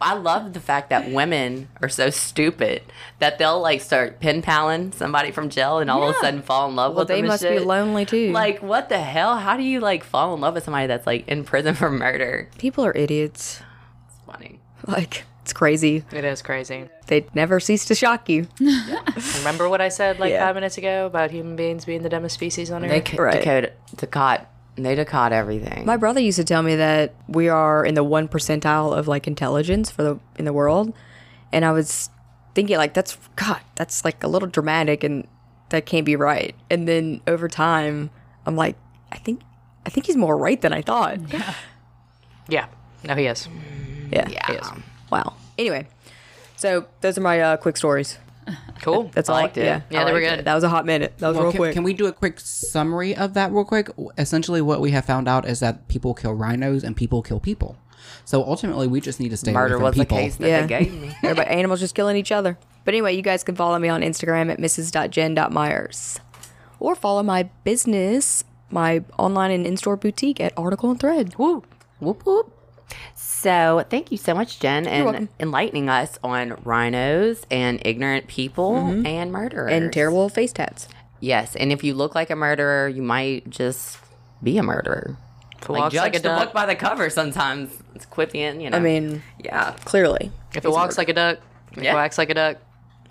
S1: I love the fact that women are so stupid that they'll like start pen paling somebody from jail and all of a sudden fall in love
S2: Well,
S1: with them.
S2: they
S1: and
S2: must be
S1: shit.
S2: lonely too.
S1: Like, what the hell? How do you like fall in love with somebody that's like in prison for murder?
S2: people are idiots.
S1: It's funny.
S2: Like it's crazy.
S5: It is crazy.
S2: They never cease to shock you.
S5: Remember what I said like
S2: Yeah.
S5: five minutes ago about human beings being the dumbest species on earth?
S1: They c-
S2: Right.
S1: decode, decod, they decod everything.
S2: My brother used to tell me that we are in the one percentile of like intelligence for the in the world, and I was thinking like that's God, that's like a little dramatic, and that can't be right. And then over time, I'm like, I think I think he's more right than I thought.
S5: (laughs) yeah. No, he is.
S2: Yeah.
S1: yeah.
S2: Wow. Anyway, so those are my uh, quick stories.
S5: Cool.
S2: That's all.
S1: liked it.
S2: Yeah.
S5: yeah,
S1: I
S5: they were
S1: like
S5: good.
S2: That was a hot minute. That was
S3: Well,
S2: real
S3: can,
S2: quick.
S3: can we do a quick summary of that real quick? Essentially, what we have found out is that people kill rhinos and people kill people. So ultimately, we just need to stay
S1: Murder
S3: away from
S1: was the
S3: people.
S1: case that
S2: Yeah.
S1: they gave me.
S2: Everybody, animals just killing each other. But anyway, you guys can follow me on Instagram at mrs.jen.myers or follow my business, my online and in store boutique at Article and Thread.
S1: Woo. (laughs) Whoop whoop. So thank you so much, Jen, and
S2: welcome.
S1: enlightening us on rhinos and ignorant people and murderers.
S2: Mm-hmm. And terrible face tats.
S1: Yes, and if you look like a murderer, you might just be a murderer. Like,
S5: walks
S1: judge
S5: like a
S1: the
S5: duck.
S1: book by the cover sometimes. It's quipping, you know.
S2: I mean,
S1: yeah.
S2: clearly,
S5: If it walks like a duck, if it
S1: Yeah.
S5: quacks like a duck.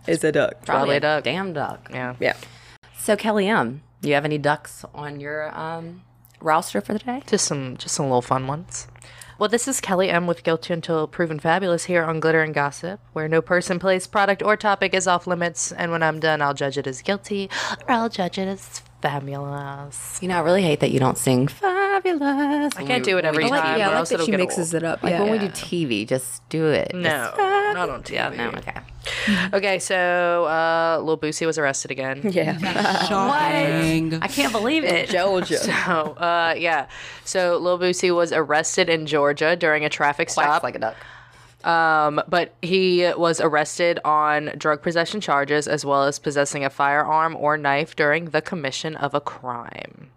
S2: it's a duck.
S1: Probably
S5: a duck.
S1: Damn duck.
S5: Yeah.
S2: Yeah.
S1: So, Kelly M., you have any ducks on your um, roster for the day?
S5: Just some just some little fun ones. Well, this is Kelly M with Guilty Until Proven Fabulous here on Glitter and Gossip, where no person, place, product, or topic is off limits. And when I'm done, I'll judge it as guilty or I'll judge it as fabulous.
S1: You know, I really hate that you don't sing fabulous.
S5: I can't do it every
S1: Like,
S5: time.
S2: yeah,
S5: or
S2: I like
S5: else
S2: that
S5: it'll
S2: she
S5: get
S2: mixes
S5: old.
S2: it up.
S1: like
S2: Yeah.
S1: when we do TV, just do it.
S5: No,
S1: Just-
S5: not on TV.
S1: yeah, no, okay.
S5: Okay, so uh, Lil Boosie was arrested again.
S2: (laughs) yeah.
S3: Shocking.
S1: I can't believe it.
S2: Georgia.
S5: (laughs) Oh, uh, yeah. So Lil Boosie was arrested in Georgia during a traffic stop.
S1: like a duck.
S5: Um, but he was arrested on drug possession charges as well as possessing a firearm or knife during the commission of a crime.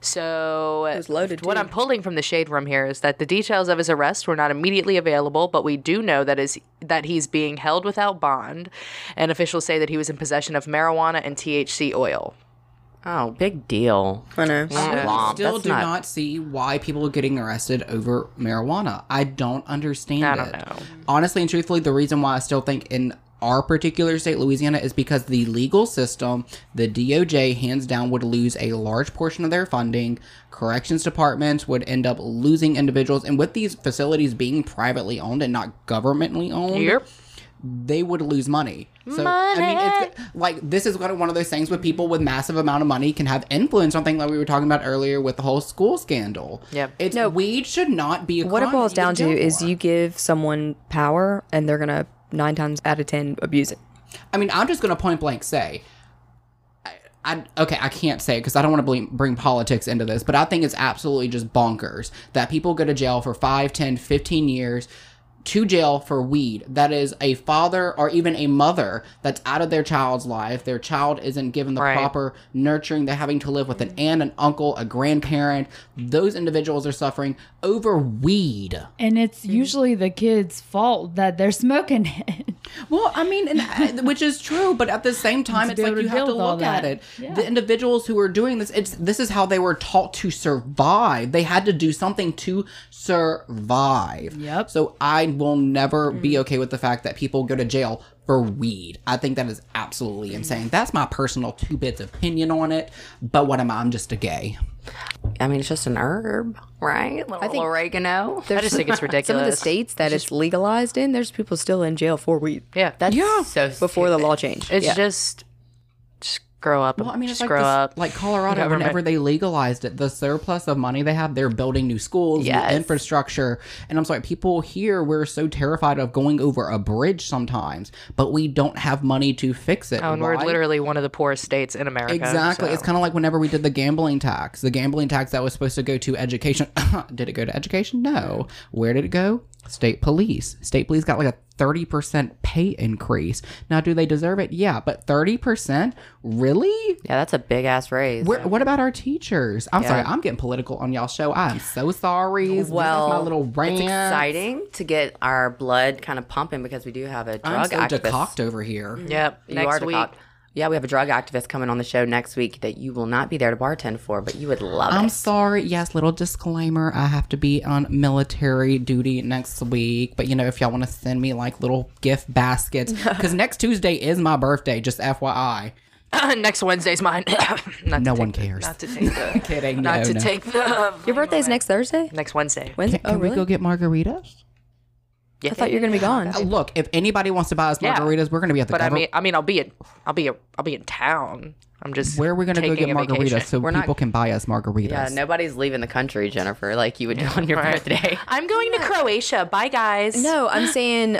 S5: So
S2: was loaded,
S5: What
S2: too.
S5: I'm pulling from the shade room here is that the details of his arrest were not immediately available, but we do know that is that he's being held without bond, and officials say that he was in possession of marijuana and THC oil.
S1: Oh, big deal.
S2: I know.
S1: Womp.
S3: Still
S1: That's
S3: do not, see why people are getting arrested over marijuana. I don't understand
S5: I don't
S3: it.
S5: know.
S3: Honestly and truthfully, the reason why I still think in our particular state, Louisiana, is because the legal system, the DOJ, hands down, would lose a large portion of their funding. Corrections departments would end up losing individuals. And with these facilities being privately owned and not governmentally owned,
S5: Yep.
S3: they would lose money. So I mean, it's like this is one one of those things where people with massive amount of money can have influence on things like we were talking about earlier with the whole school scandal.
S5: Yep.
S3: it's weed should not be. A
S2: What it
S3: crime
S2: boils
S3: that you
S2: down
S3: get
S2: to
S3: jail
S2: is
S3: for.
S2: you give someone power and they're going to nine times out of 10 abuse it.
S3: I mean, I'm just going to point blank say, I, I okay, I can't say because I don't want to bring politics into this, but I think it's absolutely just bonkers that people go to jail for 5, 10, 15 years to jail for weed. That is a father or even a mother that's out of their child's life. Their child isn't given the
S5: Right.
S3: proper nurturing. They're having to live with an aunt, an uncle, a grandparent. Those individuals are suffering over weed.
S4: And it's usually the kid's fault that they're smoking it.
S3: Well, I mean, and
S4: (laughs)
S3: I, which is true, but at the same time, it's
S4: be
S3: like
S4: able to
S3: you have
S4: deal
S3: to
S4: with all
S3: look at
S4: that.
S3: it. The individuals who are doing this, it's this is how they were taught to survive. They had to do something to survive.
S4: Yep. Mm-hmm.
S3: So I will never be okay with the fact that people go to jail for weed. I think that is
S4: Mm-hmm.
S3: absolutely insane. That's my personal two bits opinion on it. But what am I? I'm just a gay.
S1: I mean, it's just an herb, right? Little oregano.
S5: I just think it's
S2: (laughs)
S5: ridiculous.
S2: Some of the states that it's legalized in, there's people still in jail for weed
S5: yeah,
S1: That's yeah. so
S2: before the
S1: stupid.
S2: law changed.
S5: It's
S2: yeah.
S5: just, just grow up.
S3: Well, I mean, it's
S5: just
S3: like,
S5: grow
S3: this-
S5: up.
S3: like Colorado, whenever they legalized it, the surplus of money they have, they're building new schools,
S1: Yes.
S3: new infrastructure. And I'm sorry, people here, we're so terrified of going over a bridge sometimes, but we don't have money to fix it.
S5: Oh, and we're
S3: Why?
S5: literally one of the poorest states in America.
S3: Exactly.
S5: so-
S3: It's kind of like whenever we did the gambling tax. The gambling tax that was supposed to go to education. (coughs) did it go to education? No. Where did it go? State police. State police got like a 30% pay increase. Now, do they deserve it? Yeah, but 30%? Really?
S1: Yeah, that's a big ass raise.
S3: Where, what about our teachers? I'm sorry, I'm getting political on y'all's show. I'm so sorry.
S1: well,
S3: Well, my little rant.
S1: it's exciting to get our blood kind of pumping because we do have a
S3: I'm
S1: drug
S3: so
S1: activist.
S3: decocked over here.
S5: Yep.
S1: You
S5: next
S1: are
S5: week.
S1: decocked. Yeah, we have a drug activist coming on the show next week that you will not be there to bartend for, but you would love
S3: I'm
S1: it.
S3: sorry. Yes, little disclaimer. I have to be on military duty next week. But you know, if y'all want to send me like little gift baskets, because next Tuesday is my birthday. Just FYI.
S5: (laughs) next Wednesday's mine. (coughs) not
S3: No
S5: to
S3: one
S5: take the-
S3: cares.
S5: Not to take the.
S3: (laughs) Kidding.
S5: Not
S3: no,
S5: to
S3: no.
S5: take the.
S2: Your birthday's next Thursday?
S5: Next Wednesday.
S2: Wednesday?
S3: Can,
S2: oh,
S3: can
S2: really?
S3: we go get margaritas?
S5: Yeah.
S2: I thought you were going to be gone.
S3: Uh, Look, if anybody wants to buy us
S5: Yeah.
S3: margaritas, we're gonna be at the.
S5: But I
S3: Gover-
S5: mean, I mean, I'll be in, I'll be, a, I'll be in town. I'm just.
S3: where are we gonna go get
S5: taking a vacation.
S3: margaritas so
S1: We're not-
S3: people can buy us margaritas?
S1: yeah, nobody's leaving the country, Jennifer, like you would do on your birthday. (laughs)
S5: I'm going to Croatia. Bye, guys.
S2: No, I'm
S3: (gasps)
S2: saying,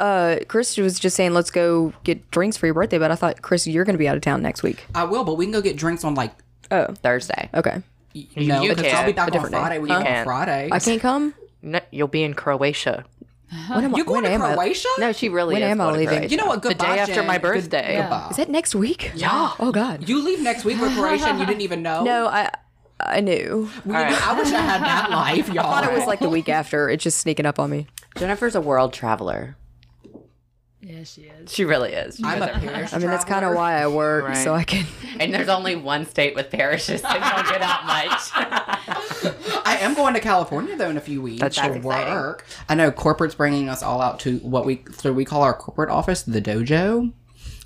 S2: uh, Chris was just saying, let's go get drinks for your birthday. But I thought, Chris, you're going to be out of town next week.
S3: I will, but we can go get drinks on like
S1: Thursday.
S2: Okay.
S3: no,
S5: you
S3: because
S5: can.
S3: I'll be back on
S2: different day.
S3: Friday. We go on
S5: can.
S3: Friday.
S2: I can't come?
S5: No, you'll be in Croatia.
S2: When am I-
S3: You're going
S2: when
S3: to
S2: am I-
S3: Croatia?
S1: No, she really
S2: When
S1: is
S2: am I
S1: going to
S2: leaving?
S1: Croatia.
S3: You know what? Goodbye.
S5: after
S3: Jen.
S5: my
S3: Good-
S5: birthday. Yeah.
S3: Goodbye.
S2: Is that next week? Yeah. Oh, God.
S3: You leave next week for Croatia and you didn't even (laughs) know.
S2: no, I I knew.
S3: We- I wish (laughs) I had that life, y'all.
S2: I thought it was like the week after. It's just sneaking up on me.
S1: Jennifer's a world traveler.
S4: Yeah, she is.
S1: She really is. She
S3: I'm a
S1: doesn't-
S3: parish
S2: I mean, that's kind of
S3: traveler.
S2: why I work, so I can.
S1: and there's only one state with parishes that don't get out much.
S3: I am going to California though in a few weeks. That's to
S1: true.
S3: work. I know corporate's bringing us all out to what we so we call our corporate office the dojo.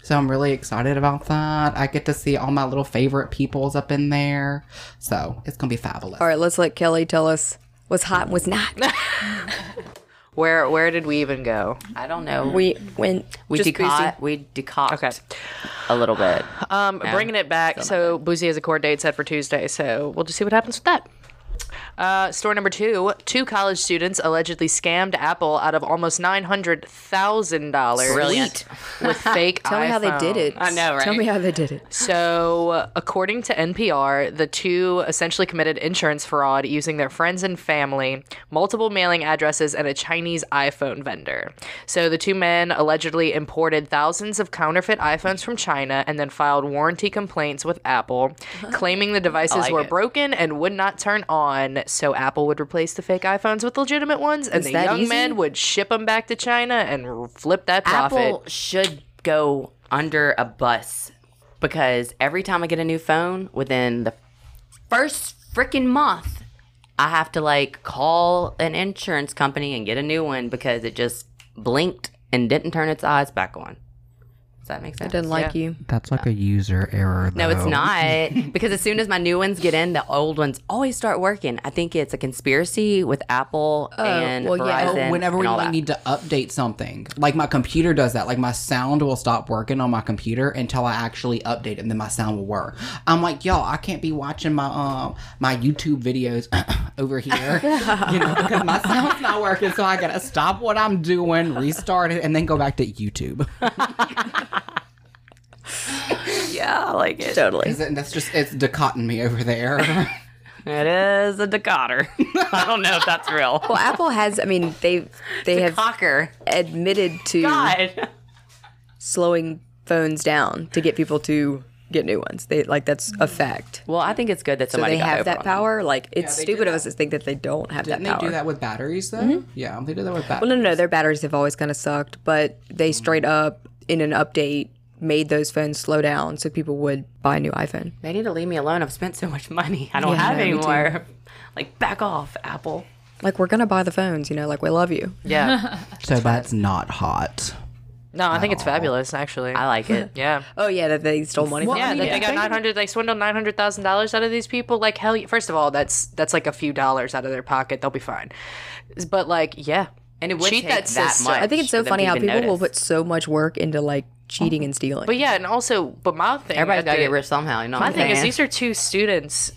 S3: So I'm really excited about that. I get to see all my little favorite peoples up in there. So it's gonna be fabulous.
S2: All right, let's let Kelly tell us What's hot and what's
S3: (laughs)
S2: not.
S5: Where where did we even go?
S1: I don't know. We
S2: we went
S1: we
S2: just
S1: decoct, we decoct a little bit.
S5: Um, bringing it back. So Boozy has a court date set for Tuesday. So we'll just see what happens with that. Uh, story number two: Two college students allegedly scammed Apple out of almost nine hundred thousand dollars.
S1: Brilliant.
S5: With fake.
S2: (laughs) Tell me how they did it.
S5: I know, right?
S2: Tell me how they did it.
S5: So, according to NPR, the two essentially committed insurance fraud using their friends and family, multiple mailing addresses, and a Chinese iPhone vendor. So, the two men allegedly imported thousands of counterfeit iPhones from China and then filed warranty complaints with
S1: (laughs)
S5: Apple, claiming the devices were broken and would not turn on. So, Apple would replace the fake iPhones with legitimate ones, and the
S1: that
S5: young
S1: easy?
S5: men would ship them back to China and r- flip that profit.
S1: Apple should go under a bus because every time I get a new phone, within the first freaking month, I have to like call an insurance company and get a new one because it just blinked and didn't turn its eyes back on. Does that make sense?
S2: Didn't like you.
S3: That's like a user error.
S1: No, it's
S3: (laughs)
S1: not. because as soon as my new ones get in, the old ones always start working. I think it's a conspiracy with Apple and
S2: Oh, well, yeah.
S1: Verizon.
S3: Oh, Whenever we
S1: and all
S3: like,
S1: that.
S3: need to update something, like my computer does that. Like my sound will stop working on my computer until I actually update it, and then my sound will work. I'm like, y'all, I can't be watching my um my YouTube videos (clears throat) over
S1: (laughs)
S3: here, you know, because my sound's not working. So I gotta stop what I'm doing, restart it, and then go back to YouTube. (laughs)
S1: yeah, I like it totally.
S3: Is it- That's just it's decotting me over
S1: (laughs)
S3: there.
S1: It is a decoder. (laughs) I don't know if that's real.
S2: Well, Apple has. I mean, they they have
S1: Cocker.
S2: admitted to
S1: God.
S2: slowing phones down to get people to get new ones. They like that's a fact.
S1: (laughs) Well, I think it's good that
S2: So
S1: somebody
S2: they
S1: got over
S2: have that
S1: on them.
S2: power. Like it's
S3: they do
S2: stupid of
S3: that.
S2: us to think that they don't have
S3: Didn't
S2: that
S3: they
S2: power.
S3: do that with batteries though?
S1: Mm-hmm.
S3: Yeah, they did that with batteries.
S2: Well, no, no, no. Their batteries have always kind of sucked, but they
S3: Mm-hmm.
S2: straight up in an update made those phones slow down so people would buy a new iPhone.
S1: They need to leave me alone. I've spent so much money. I don't have any more. (laughs) Like, back off, Apple.
S2: Like we're gonna buy the phones, you know. Like we love you.
S5: yeah.
S3: So that's not hot.
S5: No, I
S1: (laughs)
S5: think it's fabulous, actually.
S1: I like it.
S5: yeah.
S2: Oh yeah, that they stole money. from
S5: Yeah,
S2: us.
S5: that they got nine hundred. They swindled nine hundred thousand dollars out of these people. Like hell, y- first of all, that's that's like a few dollars out of their pocket. They'll be fine. But like, yeah,
S1: And it would
S5: Cheat
S1: take
S5: that
S1: that,
S5: system.
S1: much.
S2: I think it's so
S1: for them
S2: funny
S1: to
S2: how
S1: even
S2: people will
S1: notice.
S2: put so much work into like cheating and stealing.
S5: but yeah, and also, but my
S1: (laughs)
S5: thing,
S1: Everybody's
S5: at
S1: gotta
S5: the-
S1: get rich somehow. You know what
S5: My
S1: I'm
S5: thing is,
S1: saying?
S5: these are two students.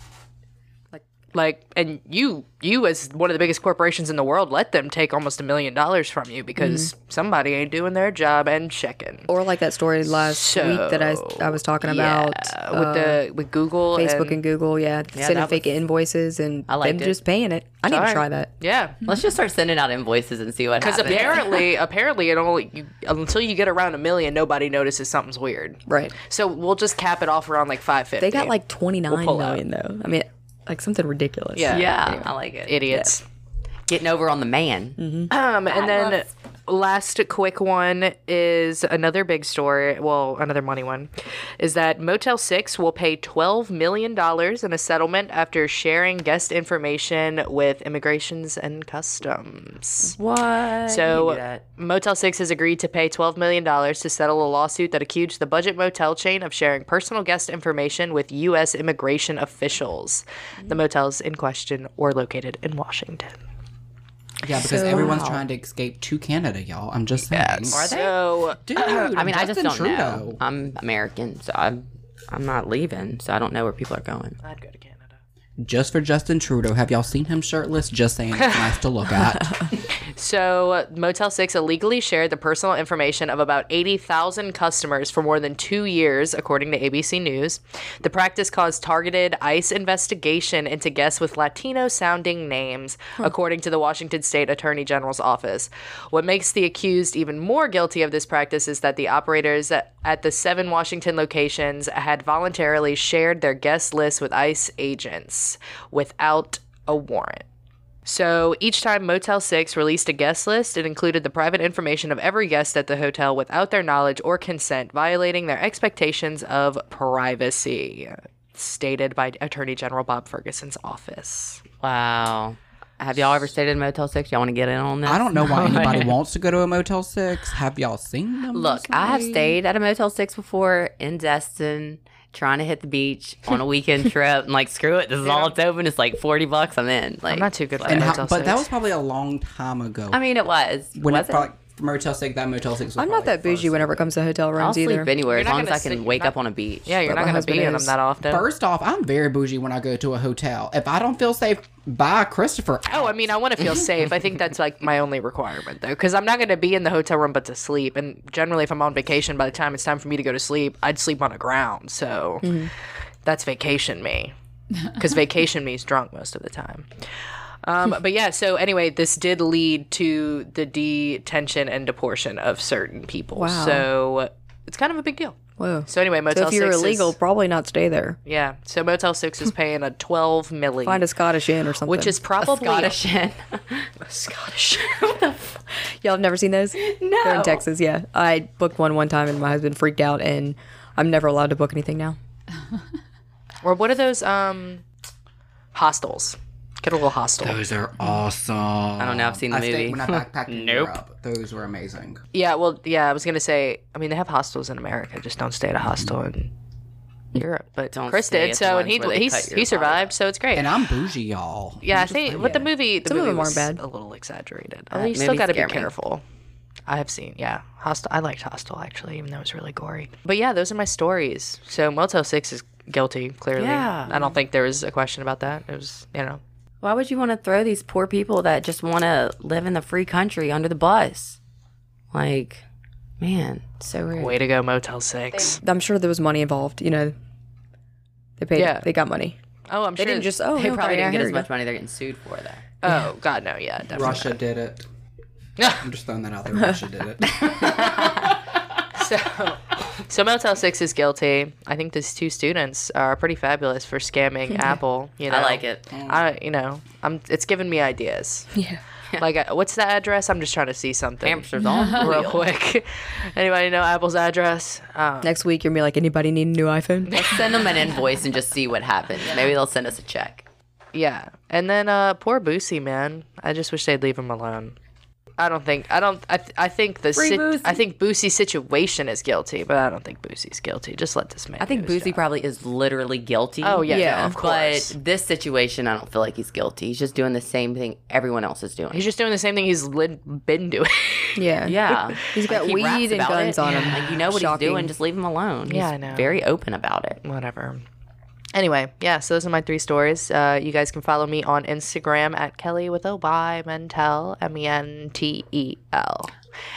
S5: Like and you, you as one of the biggest corporations in the world, let them take almost a million dollars from you because
S1: Mm-hmm.
S5: somebody ain't doing their job and checking.
S2: or like that story last week that I, I was talking about
S5: Yeah,
S2: uh,
S5: with the with Google,
S2: Facebook and, Google, yeah, sending
S1: that
S2: fake invoices and
S1: I liked it.
S2: them just paying it. I need to
S5: Sorry.
S2: try that.
S5: yeah,
S1: Let's just start sending out invoices and see what
S5: Because
S1: happens.
S2: (laughs)
S5: apparently, apparently, it only you, until you get around a million, nobody notices something's weird.
S2: Right.
S5: So we'll just cap it off around like five fifty.
S2: They got like twenty nine
S5: pull
S2: million though. I mean, like something ridiculous.
S5: Yeah.
S1: yeah, I like it.
S5: idiots.
S1: Getting over on the man.
S5: Um, and then last quick one is another big story. Well, another money one is that Motel Six will pay twelve million dollars in a settlement after sharing guest information with Immigrations and Customs.
S1: What?
S5: So
S1: You do that.
S5: Motel 6 has agreed to pay $12 million to settle a lawsuit that accused the budget motel chain of sharing personal guest information with U.S. immigration officials. The motels in question were located in Washington.
S3: Yeah, because everyone's trying to escape to Canada, y'all. I'm just saying.
S1: Are they?
S5: So,
S3: Dude,
S1: I mean, I just
S3: Justin
S1: don't know.
S3: Trudeau.
S1: I'm American, so I'm I'm not leaving, so I don't know where people are going.
S5: I'd go to Canada.
S3: Just for Justin Trudeau, have y'all seen him shirtless? Just saying,
S1: (laughs)
S3: it's nice to look at.
S5: So, Motel 6 illegally shared the personal information of about 80,000 customers for more than two years, according to ABC News. The practice caused targeted ICE investigation into guests with Latino sounding names, according to the Washington State Attorney General's office. What makes the accused even more guilty of this practice is that the operators at the seven Washington locations had voluntarily shared their guest lists with ICE agents without a warrant. So each time Motel 6 released a guest list, it included the private information of every guest at the hotel without their knowledge or consent, violating their expectations of privacy, stated by Attorney General Bob Ferguson's office.
S1: Wow. Have y'all ever stayed at a Motel 6? Y'all want to get in on this?
S3: I don't know
S1: (laughs)
S3: why anybody wants to go to a Motel 6. Have y'all seen them?
S1: Look, I have stayed at a Motel 6 before in Destin. trying to hit the beach on a (laughs) weekend trip and like screw it, this is all it's open. It's like forty bucks. I'm in. Like
S5: I'm not too good for
S3: And
S5: that.
S3: how, but that was probably a long time ago.
S1: I mean, it was.
S3: when
S1: was
S3: it, probably Motel Six, that Motel Six. Was
S2: I'm not
S3: probably
S2: that bougie
S3: first.
S2: whenever it comes to hotel
S1: I'll
S2: rooms
S1: sleep
S2: either.
S1: anywhere as
S5: You're not
S1: long as
S5: gonna
S1: I can
S5: sleep-
S1: wake
S5: not-
S1: up on a beach.
S5: yeah, you're
S2: but
S5: not
S2: my
S5: gonna
S2: husband
S5: be in them
S2: is.
S5: that often.
S3: First off, I'm very bougie when I go to a hotel. If I don't feel safe, bye, Christopher.
S5: Oh, I mean, I want to feel safe. I think that's like my only requirement, though, because I'm not going to be in the hotel room but to sleep. And generally, if I'm on vacation, by the time it's time for me to go to sleep, I'd sleep on the ground. So
S2: Mm-hmm.
S5: that's vacation me, because vacation me is drunk most of the time.
S2: (laughs)
S5: Um, but yeah, so anyway, this did lead to the detention and deportation of certain people.
S2: Wow.
S5: So it's kind of a big deal.
S2: Whoa.
S5: So anyway, Motel
S2: So if you're
S5: 6 is-
S2: illegal, probably not stay there.
S5: yeah. So Motel
S2: (laughs)
S5: Six is paying a twelve milli,
S2: Find a Scottish inn or something.
S5: which is probably
S1: Scottish in.
S5: Scottish.
S2: y'all have never seen those. No, they're in Texas. Yeah, I booked one one time and my husband freaked out, and I'm never allowed to book anything now.
S5: Or what are those um hostels? Get a little hostel.
S3: Those are awesome. I
S1: don't know, Oh, I've seen the
S3: I
S1: movie.
S3: stayed when I backpacked
S1: (laughs)
S3: in
S1: Nope.
S3: Europe. Those were amazing.
S5: Yeah, well, yeah, I was gonna say. I mean, they have hostels in America. Just don't stay at a hostel in Europe. But
S1: Don't
S5: Chris
S1: stay
S5: did,
S1: at the
S5: so
S1: ones
S5: and he
S1: where they
S5: he,
S1: cut your
S5: he survived, so it's great.
S3: And I'm bougie, y'all.
S5: yeah, I
S3: I'm just
S5: think
S3: saying
S5: but the
S3: it.
S5: movie the
S2: Some of
S5: movie
S2: them aren't
S5: was
S2: bad.
S5: a little exaggerated.
S1: That
S5: Although you still
S1: movie
S5: got to be
S1: scared me.
S5: careful. I have seen, yeah, hostel. I liked Hostel actually, even though it was really gory. But yeah, those are my stories. So Motel Six is guilty, clearly.
S1: Yeah.
S5: I don't think there was a question about that. It was, you know,
S1: Why would you want to throw these poor people that just want to live in the free country under the bus? Like, man, so rude.
S5: way to go, Motel Six.
S2: I'm sure there was money involved. You know, they paid.
S5: Yeah.
S2: They got money.
S5: Oh, I'm
S2: They
S5: sure
S2: didn't just oh
S1: they
S2: okay,
S1: probably
S2: yeah,
S1: didn't get
S2: here
S1: as
S2: you go.
S1: much money they're getting sued for, though.
S5: Oh God, no, yeah, definitely.
S3: Russia did (laughs) it. I'm just throwing that out there. Russia did it. (laughs)
S5: So, (laughs) so Motel Six is guilty. I think these two students are pretty fabulous for scamming Apple. You know,
S1: I like it.
S5: I, you know, I'm. It's giving me ideas.
S2: Yeah.
S5: Like, I- what's the address? I'm just trying to see something
S1: Hamsters on the
S5: (laughs) real
S1: wheel.
S5: quick. Anybody know Apple's address? Um,
S2: Next week you're gonna be like, anybody need a new
S1: (laughs)
S2: iPhone?
S1: Let's send them an invoice and just see what happens. Maybe they'll send us a check.
S5: yeah, and then uh, poor Boosie, man. I just wish they'd leave him alone. I don't think I don't I, th- I think the sit-
S1: Boosie.
S5: I think Boosie's situation is guilty, but I don't think Boosie's guilty. Just let this man.
S1: I think
S5: do his
S1: Boosie probably is literally guilty.
S5: Oh yeah,
S2: Yeah,
S5: no, of course.
S1: But this situation, I don't feel like he's guilty. He's just doing the same thing everyone else is doing.
S5: he's just doing the same thing he's li- been doing.
S2: (laughs)
S5: (laughs)
S2: yeah.
S1: yeah,
S2: He's got
S1: he raps
S2: weed and
S1: about
S2: guns
S1: it.
S2: on him.
S1: Yeah. Like you know what
S2: Shocking.
S1: he's doing. Just leave him alone. He's
S5: Yeah, I know.
S1: Very open about it.
S5: Whatever. Anyway, yeah. So those are my three stories. Uh, you guys can follow me on Instagram at Kelly with O Y Mentel M E N T E L,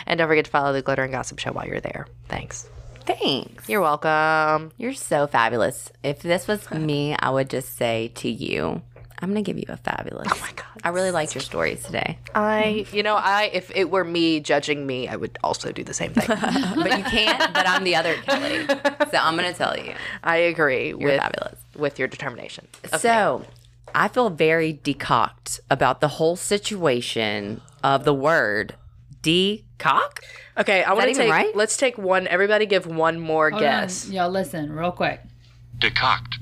S5: and don't forget to follow the Glitter and Gossip Show while you're there. Thanks.
S1: Thanks.
S5: You're welcome.
S1: You're so fabulous. If this
S5: (laughs)
S1: was me, I would just say to you, I'm gonna give you a fabulous. Oh my
S5: God.
S1: I really liked your stories
S5: (laughs)
S1: today,
S5: I, you know, I if it were me judging me, I would also do the same thing. (laughs)
S1: but you can't. but I'm the other Kelly, so I'm gonna tell
S5: (laughs)
S1: you.
S5: I agree
S1: You're
S5: with
S1: fabulous.
S5: with your determination.
S1: So I feel very decocked about the whole situation of the word decock.
S5: Okay, I want to
S1: even
S5: take.
S1: right?
S5: Let's take one. Everybody, give one more
S4: Hold on.
S5: guess.
S4: Y'all listen real quick.
S6: decocked,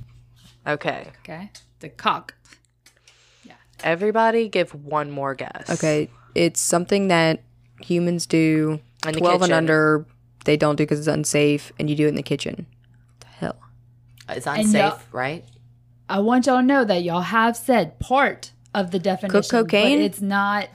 S5: Okay,
S4: Okay. The cock.
S5: everybody, give one more guess.
S2: Okay, it's something that humans do.
S5: In the
S2: Twelve and
S5: kitchen.
S2: under, they don't do because it's unsafe, and you do it in the kitchen. The hell.
S1: It's
S4: y'all-
S1: unsafe, right?
S4: I want y'all to know that y'all have said part of the definition.
S2: cocaine?
S4: But it's not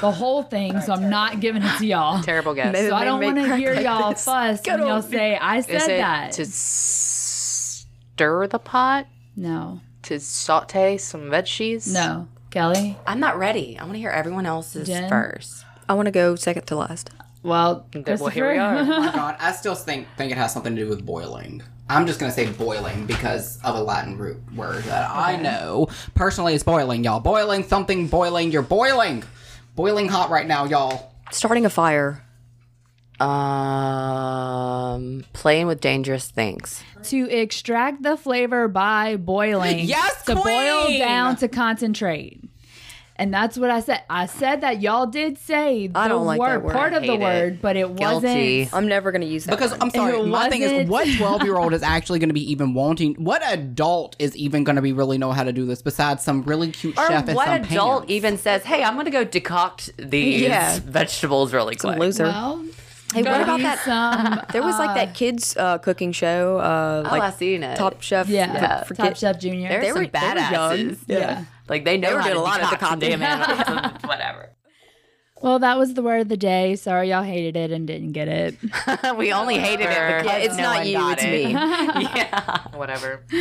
S4: the whole thing, so I'm not giving it to y'all.
S5: Terrible guess.
S2: Maybe-
S4: So I
S2: They
S4: don't
S2: make
S4: want to
S2: crack
S4: hear
S2: like
S4: y'all
S2: this.
S4: fuss
S2: Good
S4: when y'all
S2: old-
S4: say I said
S5: Is it
S4: that.
S5: to stir the pot?
S4: no.
S5: To saute some veggies?
S4: No. Kelly?
S1: I'm not ready. I want to hear everyone else's
S4: Jen?
S1: first.
S2: I want to go second to last.
S4: Well,
S5: Then, well, here we are.
S3: Oh God, I still think think it has something to do with boiling. I'm just gonna say boiling because of a Latin root word that I know personally. It's boiling, y'all. Boiling something. Boiling. You're boiling. Boiling hot right now, y'all.
S2: Starting a fire.
S1: Um, playing with dangerous things.
S4: to extract the flavor
S2: (laughs)
S4: by boiling.
S3: Yes,
S4: to boil
S3: queen!
S4: down to concentrate. And that's what I said. I said that y'all did say the
S2: I don't like that
S4: word,
S2: word.
S4: part
S1: I
S4: of the
S1: hate it.
S4: word, but it
S1: Guilty.
S4: wasn't.
S2: I'm never gonna use that.
S3: Because I'm sorry,
S4: it
S3: my thing is,
S1: (laughs)
S4: wasn't-
S3: what twelve year old is actually going to be even wanting? What adult is even going to be really know how to do this besides some really cute
S1: Or
S3: chef and
S1: what
S3: some
S1: adult (laughs)
S3: pants?
S1: even says, "Hey, I'm going to go decoct these
S2: Yeah.
S1: vegetables really quick."
S2: loser.
S4: Well,
S2: Hey, what about that?
S4: Some,
S2: (laughs) There was like that kids uh, cooking show, uh,
S1: Ah. oh, I
S2: like
S1: seen it.
S2: Top Chef.
S4: uh, yeah,
S1: Yeah,
S2: for-
S4: Top
S2: forget-
S4: Chef Junior.
S1: There's
S4: They
S1: some
S4: were- they were young.
S1: badasses.
S4: Yeah.
S1: Like they know
S2: were
S1: how
S2: doing
S1: to
S2: a lot of the
S1: decoct (laughs)
S2: content.
S1: damn animals. Whatever.
S4: Well, that was the word of the day. Sorry, y'all hated it and didn't get it.
S1: we only hated it because
S2: Yeah, it's
S1: no
S2: not
S1: one
S2: you,
S1: got
S2: it's
S1: it.
S2: me.
S1: yeah.
S5: Whatever.
S4: (laughs)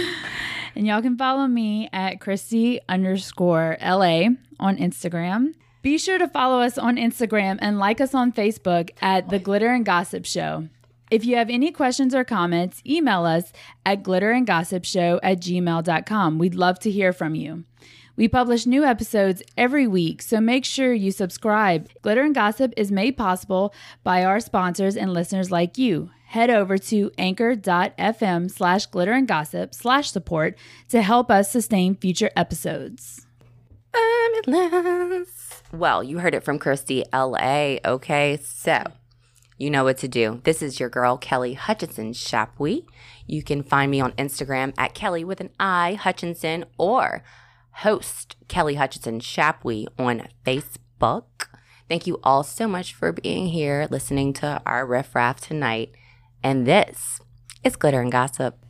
S4: And y'all can follow me at Christy underscore LA on Instagram. Be sure to follow us on Instagram and like us on Facebook at The Glitter and Gossip Show. If you have any questions or comments, email us at glitterandgossipshow at gmail.com. We'd love to hear from you. We publish new episodes every week, so make sure you subscribe. Glitter and Gossip is made possible by our sponsors and listeners like you. Head over to anchor.fm slash glitter and gossip slash support to help us sustain future episodes.
S1: Well, you heard it from Kirsty LA. Okay, so you know what to do. This is your girl, Kelly Hutchinson, shall we? You can find me on Instagram at Kelly with an I Hutchinson or host Kelly Hutchinson Shapwe on Facebook. Thank you all so much for being here, listening to our riff raff tonight. And this is Glitter and Gossip.